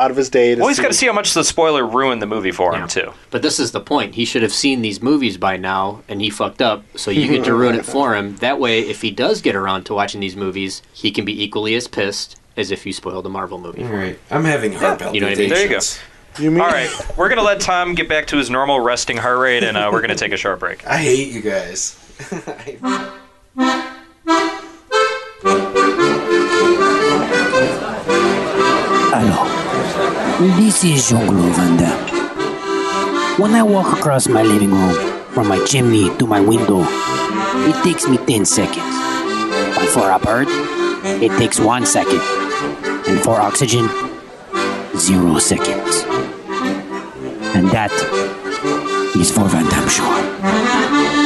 Speaker 13: out of his day. To
Speaker 11: Well, he's got to see how much the spoiler ruined the movie for him too.
Speaker 4: But this is the point. He should have seen these movies by now, and he fucked up. So you get to ruin it for him. That way, if he does get around to watching these movies, he can be equally as pissed as if you spoiled a Marvel movie.
Speaker 2: All right. I'm having heart
Speaker 4: You know what I mean?
Speaker 11: There you go. All right, we're gonna let Tom get back to his normal resting heart rate, and uh, we're gonna take a short break.
Speaker 2: I hate you guys.
Speaker 14: Alors, this is Jean-Claude Van Damme. When I walk across my living room, from my chimney to my window, it takes me 10 seconds. But for a bird, it takes one second. And for oxygen, zero seconds. And that is for Van Damme Show.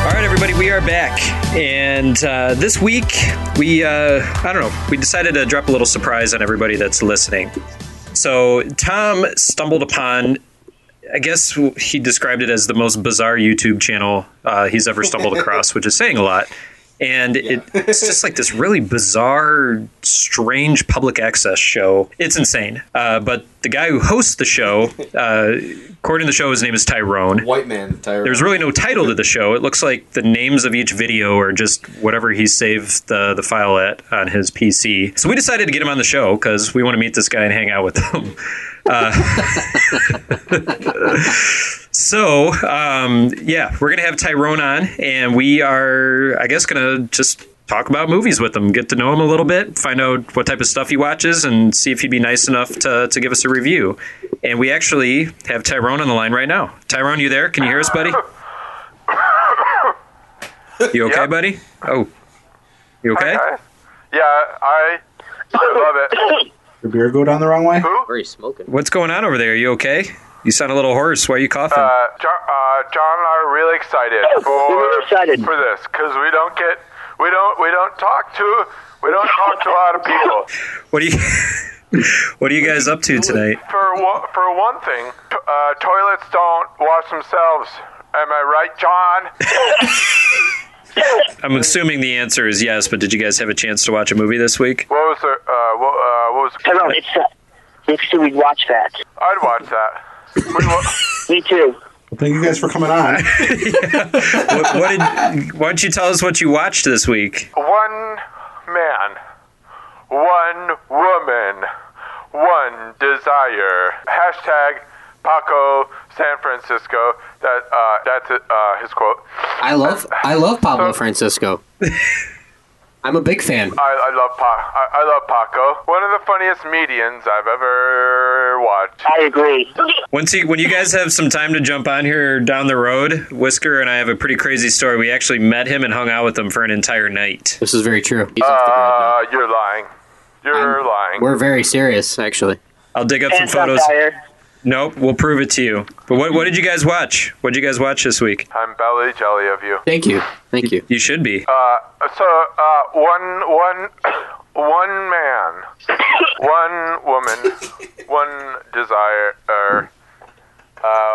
Speaker 11: All right, everybody, we are back, and uh, this week we uh, I don't know we decided to drop a little surprise on everybody that's listening. So Tom stumbled upon, I guess he described it as the most bizarre YouTube channel uh, he's ever stumbled across, which is saying a lot. And it, it's just like this really bizarre, strange public access show. It's insane. Uh, but the guy who hosts the show, uh, according to the show, his name is Tyrone.
Speaker 2: White man Tyrone.
Speaker 11: There's really no title to the show. It looks like the names of each video are just whatever he saved the, the file at on his PC. So we decided to get him on the show because we want to meet this guy and hang out with him. Uh, so, um, yeah, we're going to have Tyrone on, and we are, I guess, going to just talk about movies with him, get to know him a little bit, find out what type of stuff he watches, and see if he'd be nice enough to, to give us a review. And we actually have Tyrone on the line right now. Tyrone, you there? Can you hear us, buddy? You okay, buddy? Oh, you okay?
Speaker 10: Yeah, I love it.
Speaker 13: Your beer go down the wrong way.
Speaker 11: Very smoking. What's going on over there? You okay? You sound a little hoarse. Why are you coughing?
Speaker 10: Uh, John, uh, John and I are really excited for for this because we don't get we don't we don't talk to we don't talk to a lot of people.
Speaker 11: what are you? what are you guys up to tonight?
Speaker 10: For one, for one thing, t- uh, toilets don't wash themselves. Am I right, John?
Speaker 11: I'm assuming the answer is yes, but did you guys have a chance to watch a movie this week?
Speaker 10: what was the uh, what, uh, what was?
Speaker 15: Hello, it's uh, Nick said we'd watch that.
Speaker 10: I'd watch that. We'd wa-
Speaker 15: Me too.
Speaker 13: Thank you guys for coming on.
Speaker 11: what, what did? Why don't you tell us what you watched this week?
Speaker 10: One man, one woman, one desire. Hashtag Paco San Francisco. That uh, that's uh, his quote.
Speaker 4: I love I love
Speaker 10: Uh,
Speaker 4: Pablo Francisco. I'm a big fan.
Speaker 10: I, I love pa- I, I love Paco. One of the funniest medians I've ever watched. I agree.
Speaker 11: Once you, when you guys have some time to jump on here down the road, Whisker and I have a pretty crazy story. We actually met him and hung out with him for an entire night.
Speaker 4: This is very true.
Speaker 10: Uh, you're lying. You're lying.
Speaker 4: We're very serious, actually.
Speaker 11: I'll dig up some photos. Nope, we'll prove it to you. But what, what did you guys watch? What did you guys watch this week?
Speaker 10: I'm belly jelly of you.
Speaker 11: Thank you, thank you. You should be.
Speaker 10: Uh, so uh, one one one man, one woman, one desire er, uh,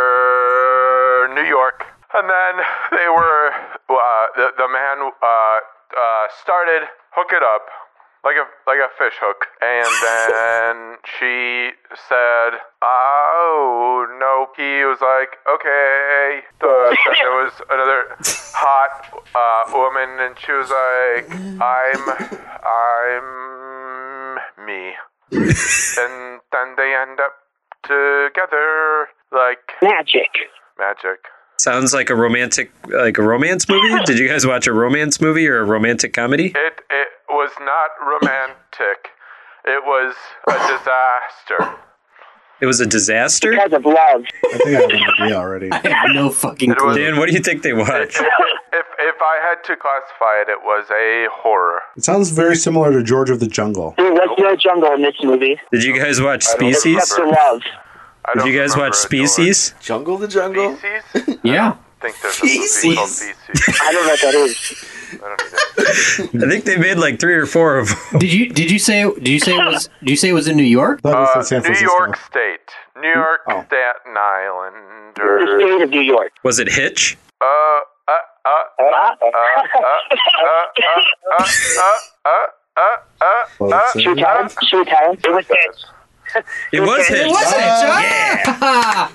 Speaker 10: for New York, and then they were uh, the the man uh, uh, started hook it up like a like a fish hook, and then she said, "Oh no!" He was like, "Okay." The, then there was another hot uh, woman, and she was like, "I'm, I'm me," and then they end up together like magic. Magic.
Speaker 11: Sounds like a romantic, like a romance movie. Did you guys watch a romance movie or a romantic comedy?
Speaker 10: It it was not romantic. It was a disaster.
Speaker 11: It was a disaster.
Speaker 15: Because of love.
Speaker 10: I think I have an idea already. I
Speaker 16: have no fucking
Speaker 11: clue. Dan, what do you think they watched?
Speaker 2: If if I had to classify it, it was a horror.
Speaker 10: It sounds very similar to George of the Jungle.
Speaker 15: There was no jungle in this movie.
Speaker 11: Did you guys watch
Speaker 15: I don't
Speaker 11: Species?
Speaker 15: Except for love.
Speaker 11: Did you guys watch Species?
Speaker 3: Jungle the Jungle?
Speaker 11: Yeah.
Speaker 2: I think there's a movie called
Speaker 11: Feces.
Speaker 2: Feces.
Speaker 15: I don't know what that is.
Speaker 11: I think they made like three or four of them.
Speaker 4: Did you did you say did you say it was did you say it was in New York?
Speaker 2: Uh, New York State, New York,
Speaker 11: Oh.
Speaker 2: Staten Island,
Speaker 15: The
Speaker 2: or
Speaker 15: state of New York.
Speaker 11: Was it Hitch?
Speaker 2: uh, uh, uh, uh, uh, uh, uh, uh, uh, uh, uh, uh,
Speaker 15: Should
Speaker 2: uh,
Speaker 15: we tell him? Should we tell him? It was Hitch.
Speaker 11: It was
Speaker 15: It
Speaker 11: Hitch.
Speaker 15: was Hitch,
Speaker 11: Yeah.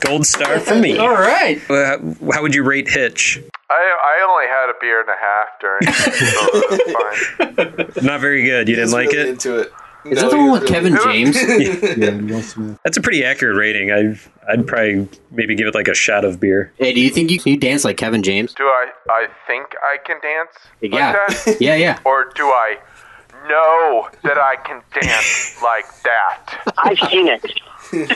Speaker 11: Gold star for me.
Speaker 15: All right.
Speaker 11: Uh, how would you rate Hitch?
Speaker 2: I I only had a beer and a half during. it, so that's fine.
Speaker 11: Not very good. You didn't like it?
Speaker 3: Into it.
Speaker 11: Is
Speaker 3: No,
Speaker 11: that the one
Speaker 3: he
Speaker 11: with
Speaker 3: was
Speaker 11: Kevin
Speaker 3: really-
Speaker 11: James? That's a pretty accurate rating. I I'd probably maybe give it like a shot of beer.
Speaker 4: Hey, do you think you can you dance like Kevin James?
Speaker 2: Do I I think I can dance? like
Speaker 4: Yeah.
Speaker 2: that?
Speaker 4: Yeah, yeah.
Speaker 2: Or do I know that I can dance like that?
Speaker 15: I've seen it.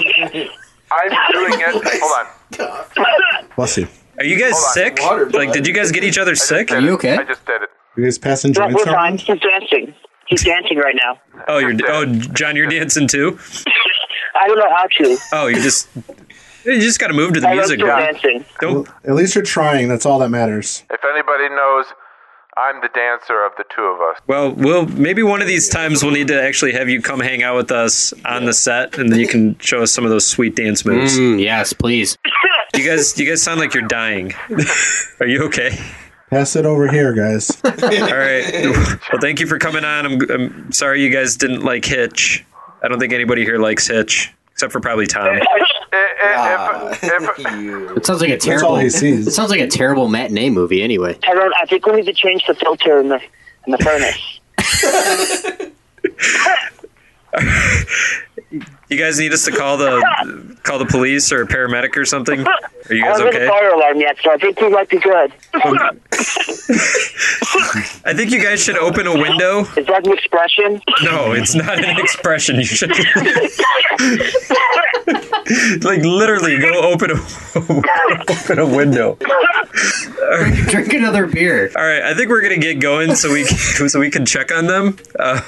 Speaker 2: I'm doing it. Hold on.
Speaker 10: Bless you.
Speaker 11: Are you guys sick? like, did you guys get each other sick? Are you okay?
Speaker 2: I just did it.
Speaker 10: You guys passing
Speaker 15: No,
Speaker 10: joints
Speaker 15: we're
Speaker 10: around?
Speaker 15: fine. He's dancing. He's dancing right now.
Speaker 11: Oh, you're oh John, you're dancing too.
Speaker 15: I don't know how to.
Speaker 11: Oh, you just you just got to move to the
Speaker 15: I
Speaker 11: music.
Speaker 15: like
Speaker 11: man.
Speaker 15: dancing.
Speaker 11: Don't.
Speaker 10: At least you're trying. That's all that matters.
Speaker 2: If anybody knows, I'm the dancer of the two of us.
Speaker 11: Well, we'll maybe one of these times we'll need to actually have you come hang out with us on the set, and then you can show us some of those sweet dance moves.
Speaker 4: Mm, yes, please.
Speaker 11: You guys, you guys sound like you're dying. Are you okay?
Speaker 10: Pass it over here, guys.
Speaker 11: All right. Well, thank you for coming on. I'm, I'm sorry you guys didn't like Hitch. I don't think anybody here likes Hitch, except for probably Tom.
Speaker 4: It sounds like a
Speaker 11: That's
Speaker 4: terrible.
Speaker 11: all he sees.
Speaker 4: It sounds like a terrible matinee movie. Anyway,
Speaker 15: Tyrone, I think we need to change the filter in the in the furnace.
Speaker 11: You guys need us to call the call the police or a paramedic or something. Are you
Speaker 15: I
Speaker 11: guys
Speaker 15: haven't heard the
Speaker 11: okay?
Speaker 15: fire alarm yet, so I think we might be good.
Speaker 11: I think you guys should open a window.
Speaker 15: Is that an expression?
Speaker 11: No, it's not an expression. You should like literally go open a open a window.
Speaker 4: drink another beer.
Speaker 11: All right, I think we're gonna get going so we can, so we can check on them. Uh,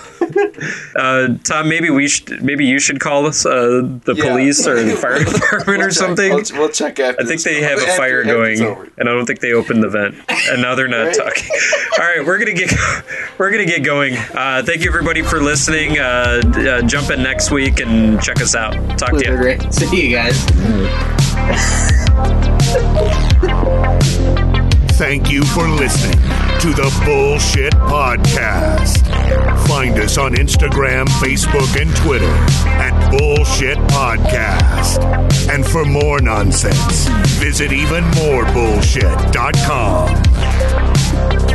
Speaker 11: uh, Tom, maybe we should maybe you should call us uh, the
Speaker 3: Yeah.
Speaker 11: police or the fire department or something.
Speaker 3: We'll, we'll check after
Speaker 11: I think
Speaker 3: this.
Speaker 11: they have a
Speaker 3: After-
Speaker 11: fire
Speaker 3: after it's
Speaker 11: going,
Speaker 3: over.
Speaker 11: and I don't think they opened the vent. And now they're not
Speaker 3: Right.
Speaker 11: talking. All right, we're gonna get we're gonna get going. Uh, thank you everybody for listening. Uh, d- uh, jump in next week and check us out. Talk to you.
Speaker 4: See you guys.
Speaker 9: Thank you for listening to the Bullshit Podcast. Find us on Instagram, Facebook, and Twitter at Bullshit Podcast. And for more nonsense, visit evenmorebullshit.com.